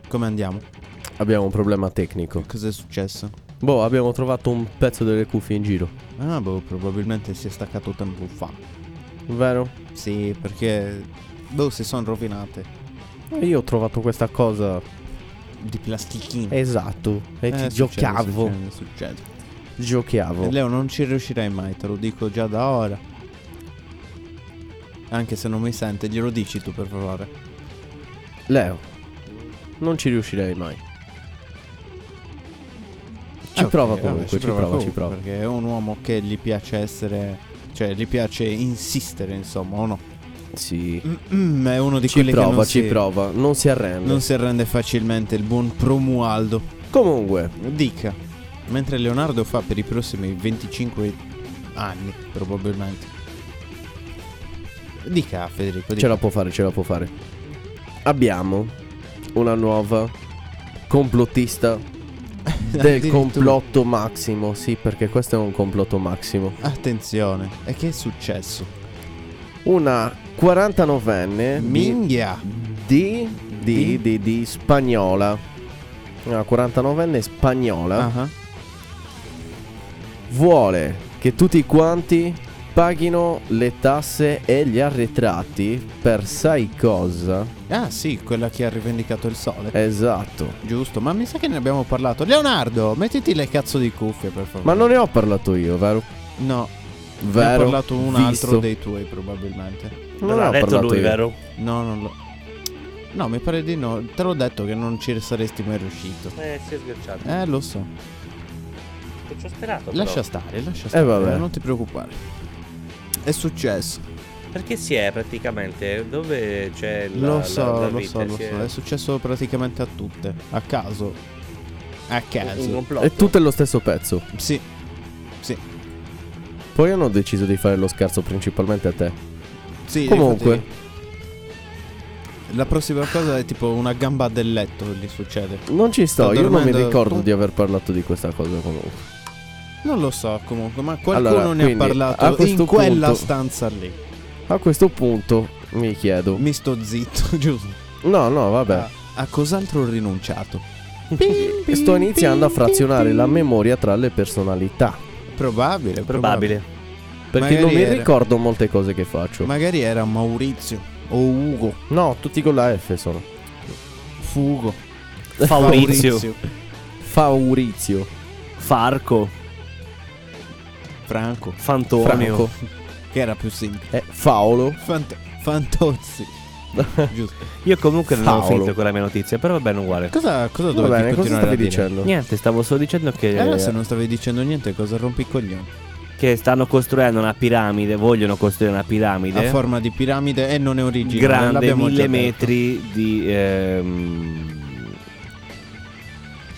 Come andiamo?
Abbiamo un problema tecnico.
Cos'è successo?
Boh, abbiamo trovato un pezzo delle cuffie in giro.
Ah, boh, probabilmente si è staccato tempo fa.
Vero?
Sì, perché. Boh, si sono rovinate.
Io ho trovato questa cosa.
Di plastichino.
Esatto. E
Mm. Eh, succede,
ci giocavo.
succede, succede.
Giocavo.
E Leo non ci riuscirai mai, te lo dico già da ora. Anche se non mi sente, glielo dici tu per favore.
Leo, non ci riuscirei mai. Ci
Ok,
prova
vabbè,
comunque, ci prova, ci
comunque,
prova.
Perché è un uomo che gli piace essere. Cioè, gli piace insistere, insomma, o no?
Sì.
Mm, è uno di
Ci
quelli che
prova,
non
ci
si,
prova, non si arrende.
non si arrende facilmente il buon Promualdo.
Comunque,
Dica. Mentre Leonardo fa per i prossimi 25 anni, probabilmente. Dica Federico,
ce
dica. *laughs*
la può fare, ce la può fare. Abbiamo una nuova
*laughs*
complottista del
Addirittura.
complotto massimo. Sì, perché questo è un complotto massimo.
Attenzione, e che è successo?
Una 49enne di,
Minghia!
di, di, di, di spagnola. Una 49enne spagnola.
Ah, ah.
vuole che tutti quanti paghino le tasse e gli arretrati per sai cosa?
Ah, sì, quella che ha rivendicato il sole.
Esatto.
Giusto, ma mi sa che ne abbiamo parlato. Leonardo, mettiti le cazzo di cuffie, per favore.
Ma non ne ho parlato io, vero?
No, ne ha
Vero?
parlato un altro
Visto.
dei tuoi, probabilmente.
Non ne
l'ha
ho
detto
parlato
lui,
io.
vero?
No, non lo... No, mi pare di no. Te l'ho detto che non ci saresti mai riuscito.
Eh, si è sghiacciato.
Eh, lo so.
Ci ho sperato.
Lascia stare, lascia stare.
Eh, vabbè.
Non ti preoccupare. È successo.
Perché si è praticamente dove c'è la,
lo so, lo so, lo so. È successo praticamente a tutte. A caso. A caso.
È tutto lo stesso pezzo.
Sì.
Poi hanno deciso di fare lo scherzo principalmente a te.
Sì,
Comunque.
infatti, La prossima cosa è tipo una gamba del letto gli succede.
Non ci
Sto
sto, io non mi
dormendo-
ricordo di aver parlato di questa cosa comunque.
Non lo so comunque, ma qualcuno
Allora,
ne ha
quindi,
parlato
a questo
in quella
punto-
stanza lì.
A questo punto mi chiedo.
Mi sto zitto, *laughs* giusto?
No, no, vabbè.
A, a cos'altro ho rinunciato?
Sto iniziando a frazionare la memoria tra le personalità.
Probabile,
Probabile.
Perché non mi
Magari era-
ricordo molte cose che faccio.
Magari era Maurizio o Ugo,
No, tutti con la F sono.
Fugo,
*laughs* Faurizio.
Faurizio,
*laughs* Faurizio.
Farco.
Franco,
Fantonio.
Franco.
che era più semplice.
Eh, Faolo.
Fant- Fantozzi. Giusto.
Io comunque non ho
Paolo.
finito con la mia notizia, però va bene uguale.
Cosa, cosa
Va
dovevi
bene, cosa
continuare a
stavi
dire?
dicendo?
Niente, stavo solo dicendo che,
E Eh, allora se non stavi dicendo niente cosa rompi i coglioni?
che stanno costruendo una piramide, vogliono costruire una
A
piramide
forma di piramide e non è originale.
grande,
l'abbiamo già
mille
detto.
metri di ehm,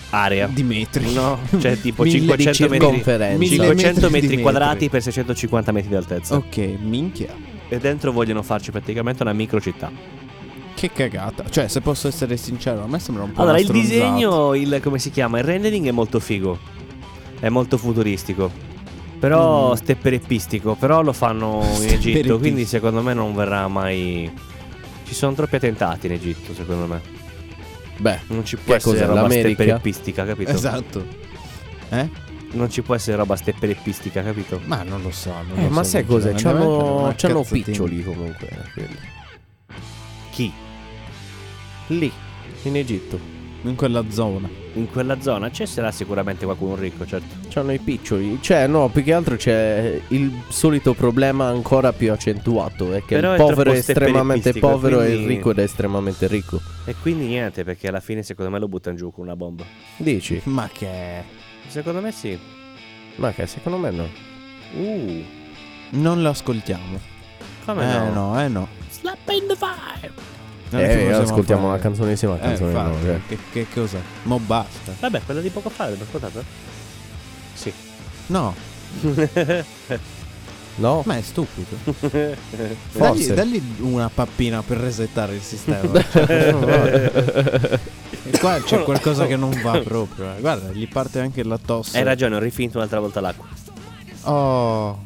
area.
Di metri.
No,
*laughs*
cioè tipo
Mille di
500 metri,
circonferenza.
Mille
500
metri di
metri,
metri.
quadrati per 650 metri di altezza.
Ok, minchia.
E dentro vogliono farci praticamente una microcittà.
Che cagata. Cioè, se posso essere sincero, a me sembra un po'
Allora,
una
il
stronzata.
disegno, il, come si chiama? Il rendering è molto figo. È molto futuristico. Però
Mm.
steppereppistico. Però lo fanno
*laughs*
in Egitto.
Steppereppistico.
Quindi secondo me non verrà mai. Ci sono troppi attentati in Egitto, secondo me.
Beh,
Non ci può
Che
essere
cos'è,
roba
l'America?
steppereppistica, capito?
Esatto. Eh?
Non ci può essere roba steppereppistica, capito?
Ma non lo so. non
eh,
lo
ma
so,
sai cos'è?
sinceramente, non
C'hanno,
ho
c'hanno
cazzatina.
piccioli comunque. eh, quelli.
Chi?
Lì, in Egitto.
In quella zona.
In quella zona c'è sarà sicuramente qualcuno ricco, certo.
C'hanno i piccioli. Cioè, no, più che altro c'è il solito problema ancora più accentuato. È che
Però è
il povero
troppo
è estremamente
stepperippistico,
povero e il
quindi-
ricco ed è estremamente ricco.
E quindi niente, perché alla fine secondo me lo buttano giù con una bomba.
Dici?
Ma che...
Secondo me sì.
Ma che secondo me no.
Uh,
Non l'ascoltiamo.
come
eh
no?
no. eh no. Slap in the fire.
Eh, ascoltiamo una canzonissima
Eh,
canzone.
infatti,
no, cioè.
che, che cosa? Mo basta.
Vabbè, quella di poco fa l'abbiamo ascoltata? Sì.
No,
No?
ma è *laughs* stupido. Dagli,
Forse.
dagli una pappina per resettare il *laughs* sistema. Cioè, per favore. E Qua c'è qualcosa che non va proprio. eh. Guarda, gli parte anche la tosse.
Hai ragione, ho rifinto un'altra volta l'acqua.
Oh,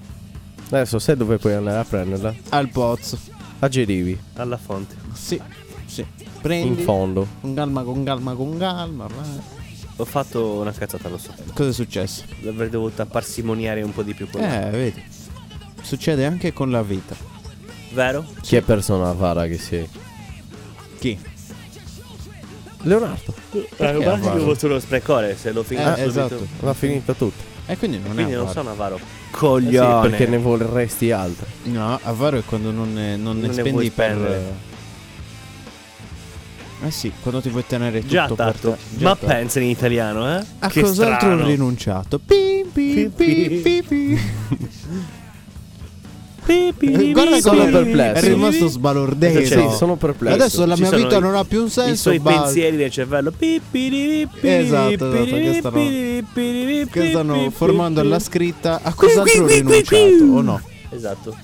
Adesso sai dove puoi andare a prenderla?
al pozzo.
A Gerivi.
Alla fonte.
Sì, Sì. Prendi.
in fondo.
Con calma, con calma, con calma.
Ho fatto una cazzata, lo so.
Cosa è successo?
Avrei dovuto parsimoniare un po' di più con
Eh, vedi. Succede anche con la vita.
Vero?
Chi è persona avara che sei?
Chi?
Leonardo.
Eh, guarda che
avaro?
ho avuto uno sprecore se lo finisco
Eh,
subito.
esatto.
Va finita tutto.
E quindi non
Quindi
è
non
avaro.
sono avaro.
Eh sì,
Coglione.
perché ne vorresti altre.
No, avaro è quando non ne, non ne
Non ne
spendi
vuoi
per.
spendere.
Eh sì, quando ti vuoi tenere tutto
Già
per
tanto.
te. Già
Ma
tanto.
pensa in italiano, eh?
A
che
Ah, cos'altro
strano.
ho rinunciato? Pim, pim, pim, pim, pim.
Pi, pi, pi,
Eh, Guarda
pi,
sono
pi,
perplesso.
È
pi, pi,
rimasto
pi.
sbalordito.
Sì, sì,
sono perplesso.
Adesso la
Ci
mia
sono
vita
i-
non ha più un senso.
I suoi
basta.
pensieri del cervello. Pi, pi, ri, pi,
Esatto,
ri,
esatto,
pi, ri,
che stanno-
pi, ri, pi, ri,
Che
pi,
stanno
pi,
formando
pi,
la
pi.
scritta. A cos'altro ho
qui, qui, qui,
rinunciato? O no?
Esatto.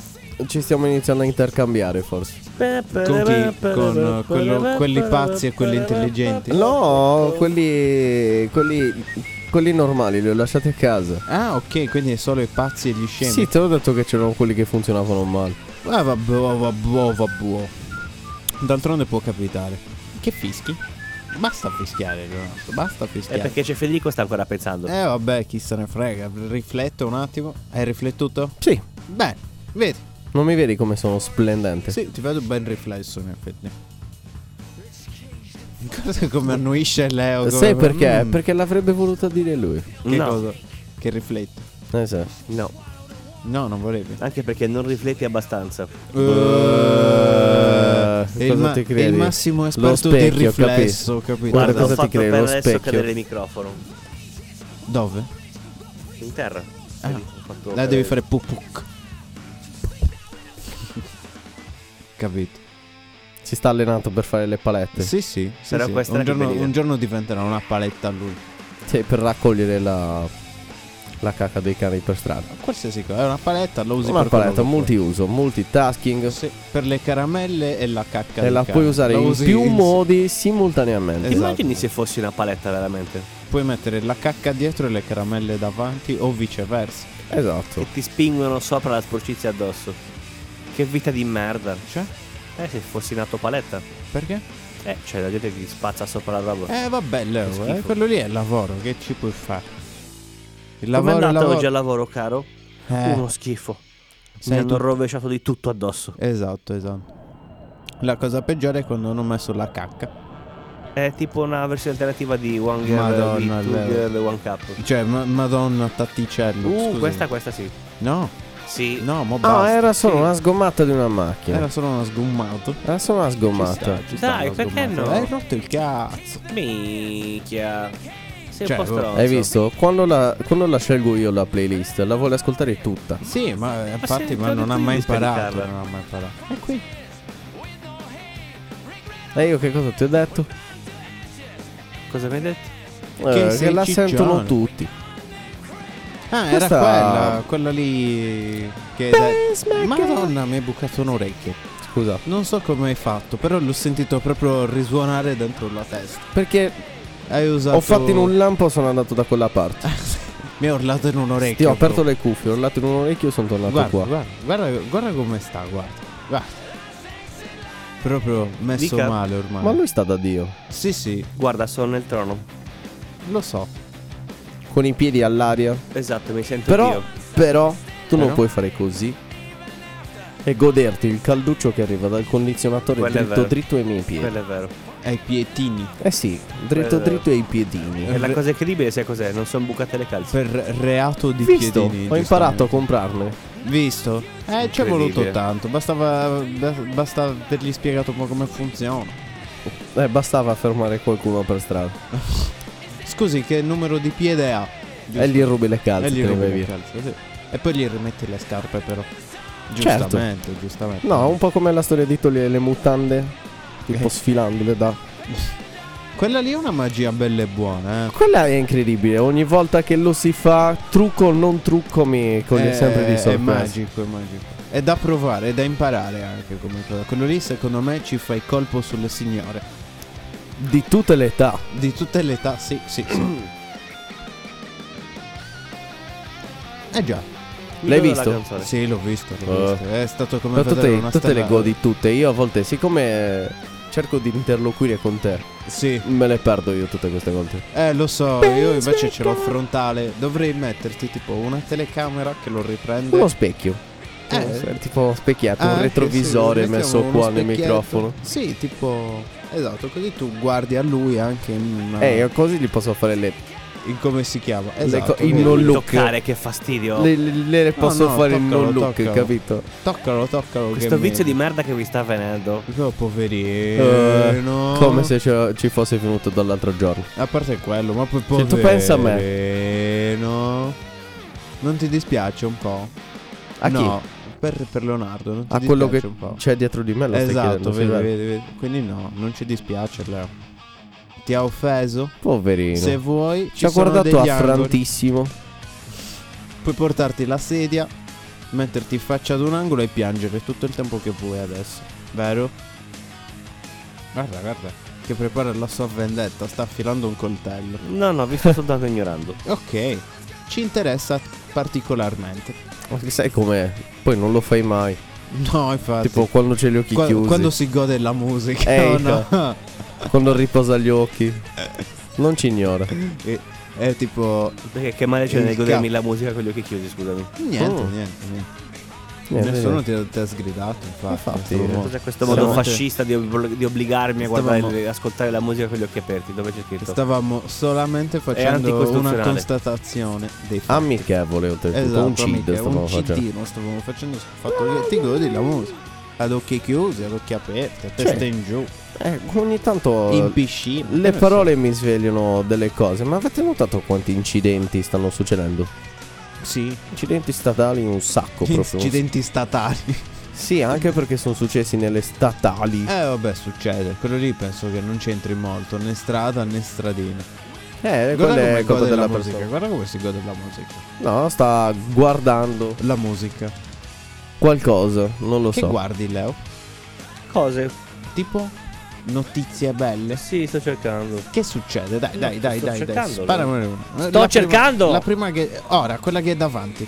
Ci stiamo iniziando a intercambiare forse.
Con chi? Con eh, quello- quelli pazzi e quelli intelligenti?
No, quelli. quelli. quelli normali, li ho lasciati a casa.
Ah, ok, quindi è solo i pazzi e gli scemi.
Sì, te l'ho detto che c'erano quelli che funzionavano male.
Ah, vabbè, vabbè, vabbè. D'altronde può capitare. Che fischi? Basta fischiare, Leonardo, Basta
È
fischiare.
Eh, perché c'è Federico sta ancora pensando.
Eh, vabbè, chi se ne frega. Rifletto un attimo. Hai riflettuto?
Sì,
Beh, vedi.
non mi vedi come sono splendente?
Sì, ti vedo ben riflesso in effetti. *laughs* Guarda come annuisce Leo. Come...
Sai perché?
Mm,
Perché l'avrebbe voluta dire lui.
Che
No.
cosa? Che riflette.
Eh sì.
No,
No, non volevi.
Eh.
anche perché non rifletti abbastanza.
Eh,
cosa
il, ma-
ti credi?
il massimo
Lo
esperto
specchio,
del riflesso, capito?
Guarda
Guarda, ho
cosa ti
fatto
crei,
per
lo
adesso
specchio.
cadere il microfono.
Dove?
In terra.
Ah.
Vedi, ho
La
fatto cadere.
devi fare pupuc. Capito?
Si sta allenando per fare le palette.
Sì, sì. sì,
Però
sì.
questa è
Un,
la
giorno,
ribellione.
un giorno diventerà una paletta a lui.
Sì, per raccogliere la. la cacca dei cani per strada.
Qualsiasi cosa. È una paletta, la usi
Una
per quello
paletta
che vuoi.
multiuso, multitasking.
Sì, per le caramelle e la cacca
E
del
la
cane.
puoi usare in
usi
più
in-
modi simultaneamente.
Ti
Esatto.
immagini se fossi una paletta veramente?
Puoi mettere la cacca dietro e le caramelle davanti o viceversa.
Esatto.
Che ti spingono sopra la sporcizia addosso. Che vita di merda.
Cioè?
Eh, se fossi nato paletta.
Perché?
Eh, c'è la gente che ti spazza sopra la roba.
Eh vabbè
Che
Leo,
schifo.
eh, quello lì è il lavoro, che ci puoi fare? Il
Come
lavoro
è
è
andata
lavoro.
oggi al lavoro, caro?
Eh.
Uno schifo.
Sei
Mi hanno
tu-
rovesciato di tutto addosso.
Esatto, esatto. La cosa peggiore è quando hanno messo la cacca.
È tipo una versione alternativa di One Girl,
Madonna,
di Two
Leo.
Girl, One Cup.
Cioè, ma- madonna, tatticello.
Uh,
scusa.
questa, Eh, questa sì.
No,
Sì.
Mm, no, mo
Ah,
basta.
era solo una sgommata di una macchina.
Era solo uno sgommato. Ci
Era solo una sgommata.
sta, ci sta
Dai,
uno
perché
sgommato.
no?
Hai rotto il cazzo.
Minchia. Sei
Cioè,
un po'
oh,
stronzo.
Hai visto? Quando la, quando la scelgo io la playlist, la voglio ascoltare tutta.
Sì, ma eh,
se
infatti
te
ma
l'ho
non
detto
ha
io
mai
di
imparato,
scaricarla.
non ha mai imparato. E qui
E io che cosa ti ho detto?
Cosa mi hai detto?
Eh, che
sei
la
ciccione.
sentono tutti.
Ah, era
Questa-
quella, quella lì che dai- Madonna, mi hai bucato un orecchio.
Scusa.
Non so come hai fatto, però l'ho sentito proprio risuonare dentro la testa.
Perché
Hai usato
ho fatto in un lampo sono andato da quella parte.
Ah, Mi ha urlato in un orecchio.
Ti ho aperto
bro.
le cuffie, ho urlato in un orecchio e sono tornato
ecco. guarda,
qua.
guarda, guarda, guarda come sta, guarda. Guarda. Proprio messo
Dica.
male ormai.
Ma lui sta da Dio.
Sì, sì,
Guarda, sono nel trono.
lo so.
Con i piedi all'aria.
Esatto, mi sento
Però,
io.
però, tu non
Però?
puoi fare così. E goderti il calduccio che arriva dal condizionatore
Quello è
dritto
vero.
dritto ai miei piedi.
Quello è vero.
Ai pietini
Eh sì,
Quello
dritto
è vero.
dritto ai piedini.
E la cosa incredibile, sai cos'è? Non sono bucate le calze.
per reato di
Visto,
piedini.
ho imparato a comprarne.
giustamente. Visto? Eh, ci è
Incredibile.
voluto tanto. Bastava, basta avergli spiegato un po' come funziona.
Eh, bastava fermare qualcuno per strada.
Ah, Scusi, che numero di piede ha?
E gli rubi le calze,
E
te
gli
ne
rubi
vai
le
via.
calze, sì. E poi gli rimetti le scarpe, però.
Certo.
Giustamente, giustamente.
No, un po' come la storia di togliere le mutande, tipo
Eh.
sfilandole da...
Quella lì è una magia bella e buona, eh.
Quella è incredibile, ogni volta che lo si fa, trucco o non trucco, mi coglie
È-
sempre di
È
sorpresa.
magico, è magico. È da provare, è da imparare anche come cosa. Quello lì, secondo me, ci fai colpo sulle signore.
Di tutte le età.
Di tutte le età, sì, sì,
*clears throat*
sì. eh già.
Mi
L'hai
vedo la
visto?
canzone.
sì, l'ho visto, l'ho
Eh.
visto. È stato come
Però tu
vedere
te,
una
tu te le
stella-
godi tutte, io a volte siccome cerco di interloquire con te.
Sì.
Me le perdo io tutte queste volte.
Eh, lo so, io invece ce l'ho frontale. Dovrei metterti tipo una telecamera che lo riprende.
Uno specchio.
Eh.
Uno- tipo specchiato,
Ah,
un
anche
retrovisore
sì, lo
messo
mettiamo
qua
uno
nel
specchietto.
microfono.
Sì, tipo esatto, così tu guardi a lui anche in una-
Eh, io così gli posso fare le.
in come si chiama.
le
Esatto.
co- in
quindi-
non look.
Toccare, che fastidio.
Le, le- le- le posso
no,
fare il
toccalo,
non look,
toccalo.
capito?
Toccalo, toccalo
Questo
che
vizio
mi-
di merda che vi sta avvenendo.
Oh, poverino.
Eh, Come se ci- ci fosse venuto dall'altro giorno.
A parte quello, ma poi
Cioè,
poverino.
tu pensa a me.
Non ti dispiace un po'?
A chi?
No, per, per Leonardo, non ti
A
dispiace
quello che
un po'.
c'è dietro di me lo stai
esatto,
chiedendo, sì,
vedi,
guarda.
vedi, vedi. Quindi no, non ci dispiace Leo. Ti ha offeso?
Poverino.
Se vuoi,
ci ha
sono degli
guardato
angoli.
affrantissimo.
Puoi portarti la sedia, metterti faccia ad un angolo e piangere tutto il tempo che vuoi adesso, vero? Guarda, guarda, che prepara la sua vendetta, sta affilando un coltello.
No, no, vi sto soltanto ignorando.
Ok, ci interessa particolarmente.
Ma che sai com'è? Poi non lo fai mai.
No, infatti.
tipo quando c'è gli occhi
Qua-
chiusi,
Ah, quando
quando...
si gode la musica,
Eh,
oh *laughs* no.
riposa gli occhi.
Eh.
Non ci ignora.
E- è tipo
Perché che male c'è
Il
nel godermi
capo.
la musica con gli occhi chiusi, scusami.
niente,
Oh.
niente, niente.
Niente,
Nessuno ti ha, ti ha sgridato, infatti.
Infatti,
Nessuno.
eh,
Cos'è questo
Stavamo-
modo fascista di, ob- di obbligarmi a guardare
Stavamo-
e ascoltare la musica con gli occhi aperti? Dove c'è scritto?
Stavamo solamente facendo una
anticostituzionale.
constatazione dei fatti.
Amichevole oltretutto.
Esatto,
un cid cioè.
amiche,
stavamo
un
facendo.
CD, non stavamo facendo fatto che ti godi la musica. Ad occhi chiusi, ad occhi aperti, a testa in giù,
Eh, ogni tanto
in piscina. Eh, che
le
ne so.
parole mi svegliano delle cose. Ma avete notato quanti incidenti stanno succedendo?
Sì.
Incidenti statali un sacco ecco, proprio.
Incidenti statali. *laughs*
Sì, anche perché sono successi nelle statali.
Eh vabbè, succede. Quello lì penso che non c'entri molto, né strada né stradina.
Eh,
Guarda
quella
come
è cosa
gode
della
la musica,
musica.
guarda come si gode la musica.
No, sta guardando
La musica.
qualcosa, non lo
che
so.
guardi, Leo?
Cose.
Tipo notizie belle.
Sì, sto cercando.
Che succede? Dai,
No,
dai, dai,
sto
dai, dai.
cercando,
Sparamene una. La
Sto
prima-
cercando!
La prima che ora, quella che è davanti.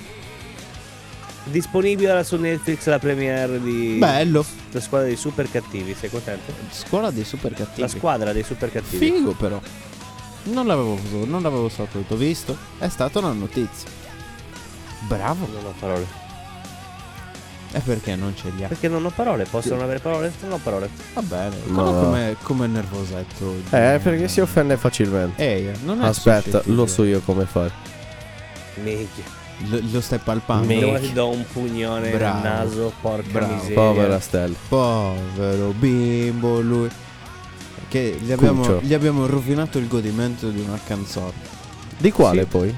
Disponibile ora su Netflix la premiere
Mm.
di
Bello.
La squadra dei super cattivi, sei contento?
Scuola dei super cattivi.
La squadra dei super cattivi.
Figo però. Non l'avevo, non l'avevo saputo, visto? È stata una notizia. Bravo.
Non ho parole.
E perché non ce li ha?
Perché non ho parole, possono avere parole? Non ho parole.
Va bene.
Ma-
Come, come, come è nervosetto. oggi.
Eh, perché si offende facilmente.
Ehi, eh, non è
Aspetta,
suscettibile.
lo so io come fare.
Minchia.
Lo, lo stai palpando.
Ora ti do un pugnone
Ah, Bravo.
al naso, porca
Bravo.
miseria.
Povera stella.
Povero bimbo lui. Che gli abbiamo,
Cuccio.
gli abbiamo rovinato il godimento di una canzone.
Di quale poi?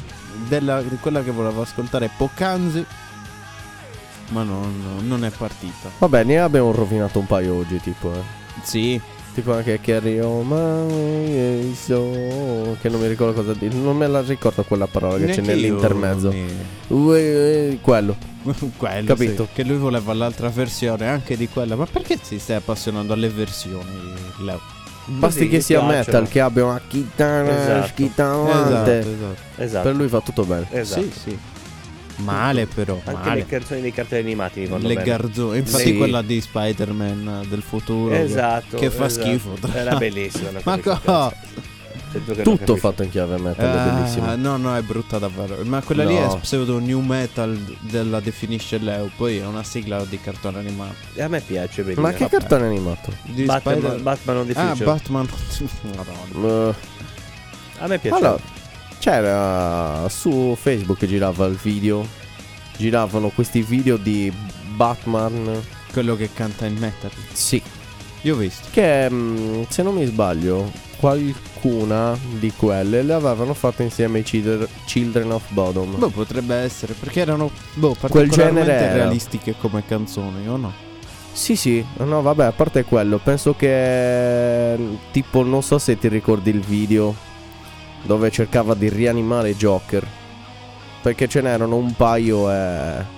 Della, di quella che volevo ascoltare poc'anzi. Ma non, non è partita.
Vabbè, ne abbiamo rovinato un paio oggi, tipo. eh.
Sì.
Tipo anche Carry On My Soul, Che non mi ricordo cosa dire. Non me la ricordo quella parola che c'è
Neanche io,
nell'intermezzo.
ne-
Ue, ue, eh, Quello.
*laughs* Quello,
Capito.
sì, che lui voleva l'altra versione anche di quella. Ma perché ti stai appassionando alle versioni, Leo?
Basti
Così
che
gli
sia
piacciono.
metal, che abbia una chitarra
Esatto.
schittavante.
esatto.
Esatto.
Per lui fa tutto bene.
esatto.
Sì, sì. Male però,
Anche le
male.
canzoni dei cartoni animati mi vanno
Le
bene.
garzone, infatti
Sì.
quella di Spider-Man eh, del futuro che-
Esatto.
che, fa
esatto.
schifo. tra
Era
l'altro.
bellissima una
*laughs* Ma
cosa che
co-
cazzo. Sento che non
Tutto
capisco.
fatto in chiave metal, è bellissimo.
Ah, no, no, è brutta davvero. Ma quella lì è
No.
pseudo new metal della definisce Leo, poi è una sigla di cartone animato.
E A me piace bene.
Ma che cartone animato?
Di
Batman,
Spider-
Batman on the
Ah,
Future.
Batman. *laughs* Madonna.
Eh,
a me piace.
allora, c'era su Facebook che girava il video. Giravano questi video di Batman.
Quello che canta in metal.
Sì.
Io ho visto.
Che mm, se non mi sbaglio, qualcuna di quelle le avevano fatte insieme ai Children, Children of Bodom.
Boh, potrebbe essere, perché erano boh,
Quel
particolarmente
genere era.
realistiche come canzoni, o no?
Sì, sì, no, vabbè, a parte quello, penso che mm, tipo non so se ti ricordi il video dove cercava di rianimare Joker. Perché ce n'erano un paio e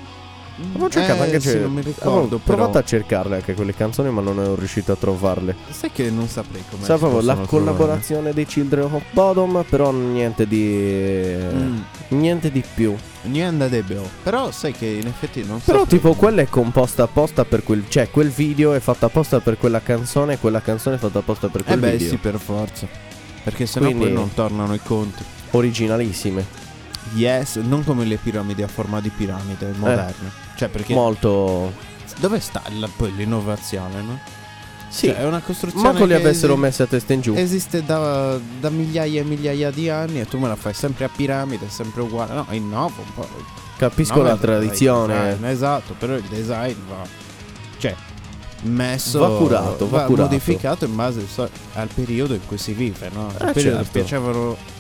Avevo cercato
Eh,
anche
sì,
ce-
non mi
avevo
ricordo,
provato
però.
a cercarle anche quelle canzoni, ma non ero riuscito a trovarle.
Sai che non saprei come si
Sapevo
possono
la
trovare.
collaborazione dei Children of Bodom, però niente di
Mm.
Niente di più.
Niente di più. Però sai che in effetti non so.
Però
se-
tipo quella è composta apposta per quel cioè quel video è fatto apposta per quella canzone e quella canzone è fatta apposta per
Eh
quel
beh,
video.
sì, per forza. Perché sennò poi
Quindi-
non tornano i conti.
Originalissime.
Yes, non come le piramidi a forma di
Eh.
piramide moderne. Cioè, perché
Molto
dove sta la- poi l'innovazione, no?
Sì.
Cioè, è una costruzione
Manco li
che
avessero
esi-
messi a testa in giù.
Esiste da, da migliaia e migliaia di anni e tu me la fai sempre a piramide, è sempre uguale. No, innova un po'.
Capisco
Innova
la
il design,
tradizione.
esatto, però il design va. Cioè, messo.
Va curato, va curato.
modificato in base so- al periodo in cui si vive, no?
Eh,
Al periodo
certo.
piacevano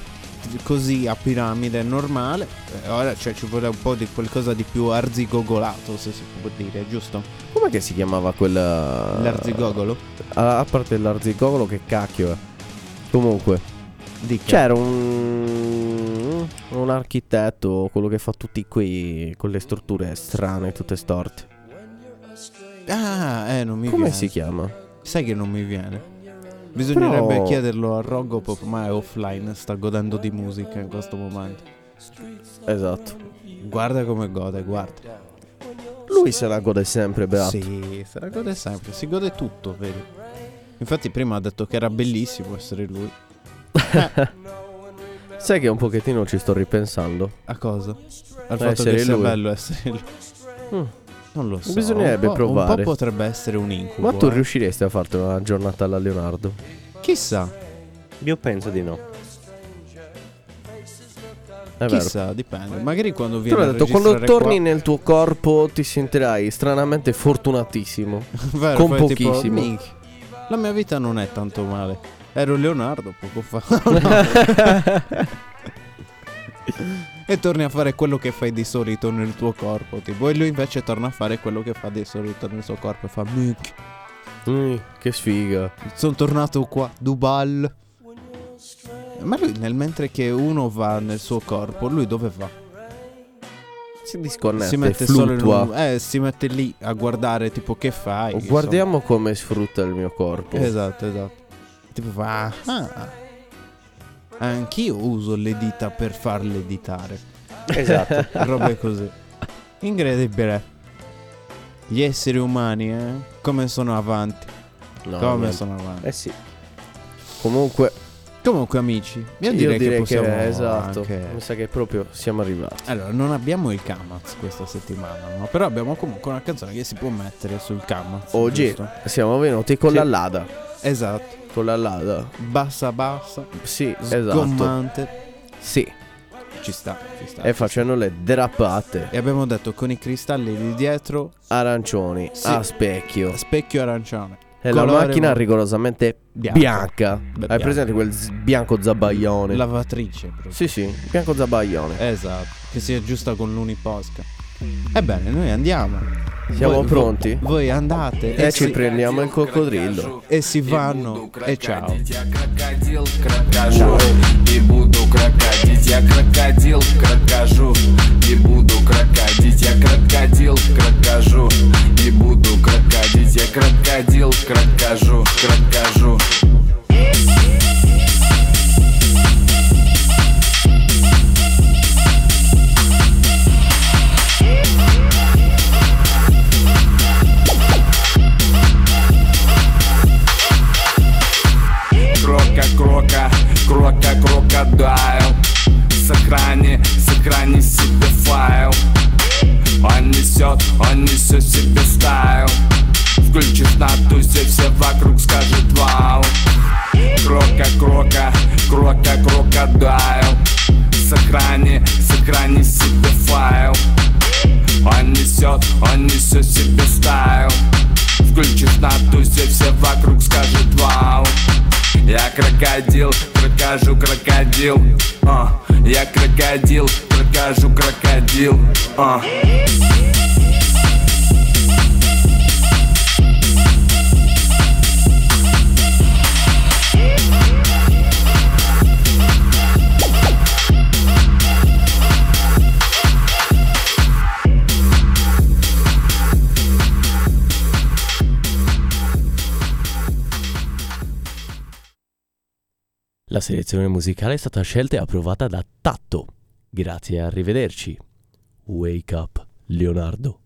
così a piramide normale, e ora cioè, ci vuole un po' di qualcosa di più arzigogolato, se si può dire, giusto?
Com'è che si chiamava quella
L'arzigogolo?
A, a parte l'arzigogolo che cacchio è. Comunque,
Di che?
c'era un un architetto, quello che fa tutti quei con le strutture strane, tutte storte.
Ah, eh, non mi
Come
viene.
si chiama?
Sai che non mi viene. Bisognerebbe
Però-
chiederlo a Rogopop, ma è offline, sta godendo di musica in questo momento.
Esatto.
Guarda come gode, guarda.
Lui se la gode sempre, beato.
Sì, se la gode sempre, si gode tutto, vedi? Infatti prima ha detto che era bellissimo essere lui.
Sai che un pochettino ci sto ripensando.
A cosa? Al fatto
Essere
che sia
lui.
bello essere lui.
Mm.
Non lo so.
Bisognerebbe
un po'- Un
provare.
po' potrebbe essere un incubo.
Ma tu
eh.
riusciresti a farti una giornata alla Leonardo?
Chissà,
Io penso di no.
È vero.
chissà, dipende. Magari quando
Tu
viene
l'hai
a
detto, quando
registrare
torni
qua-
nel tuo corpo ti sentirai
*laughs*
stranamente fortunatissimo.
Vero,
con
poi è tipo,
pochissimo.
"Minchia, la mia vita non è tanto male. Ero Leonardo poco fa.
*laughs*
e torni a fare quello che fai di solito nel tuo corpo. Tipo, e lui invece torna a fare quello che fa di solito nel suo corpo. E fa, minchia,
Mm, che sfiga.
sono tornato qua, Dubal. Ma lui, nel mentre che uno va nel suo corpo, lui dove va?
Si disconnette,
si mette
fluttua.
solo in un... Eh, si mette lì a guardare, tipo, che fai?
Oh,
insomma.
Guardiamo come sfrutta il mio corpo.
Esatto, esatto. Tipo fa. Ah, anch'io uso le dita per farle ditare.
Esatto.
*laughs* Robe così. Incredibile. Gli esseri umani, eh? Come sono avanti.
No,
Come
niente.
sono avanti.
eh sì.
Comunque,
Comunque, amici, io
io
direi,
direi che,
che possiamo.
esatto.
anche-
Mi sa che proprio siamo arrivati.
Allora, non abbiamo il Kamaz questa settimana, no? Però abbiamo comunque una canzone che si può mettere sul Kamaz.
Oggi
giusto?
siamo venuti con
Sì.
la Lada.
Esatto.
Con la Lada.
Bassa bassa.
Sì, esatto.
Sgommante.
Sì,
Ci sta, ci sta.
e facendo le drappate.
E abbiamo detto con i cristalli di dietro
Arancioni
Sì.
a specchio.
specchio arancione.
E la
Colore
macchina
mo-
rigorosamente
Bianco.
bianca. Hai
bianco.
presente quel z- bianco zabaglione?
Lavatrice proprio.
Sì, sì, bianco zabaglione.
Esatto, che si aggiusta con l'uniposca. Ebbene, noi andiamo.
Siamo
Voi-
pronti?
vo- Voi andate
e ci
si,
prendiamo il coccodrillo.
e si vanno e ciao.
Я крокодил, крокожу И буду крокодить Я крокодил, крокожу И буду крокодить Я крокодил, крокожу И буду крокодить Я крокодил, крокожу Крокожу Крока, крока, крока, крокодайл Сохрани, сохрани себе файл Он несет, он несет себе стайл Включишь на тузе, все вокруг скажут вау Крока, крока, крока, крокодайл Сохрани, сохрани себе файл Он несет, он несет себе стайл Включишь на тузе, все вокруг скажут вау Я крокодил, крокожу крокодил а. Я крокодил, крокожу крокодил а.
La selezione musicale è stata scelta e approvata da Tatto.
Grazie e arrivederci. Wake up, Leonardo.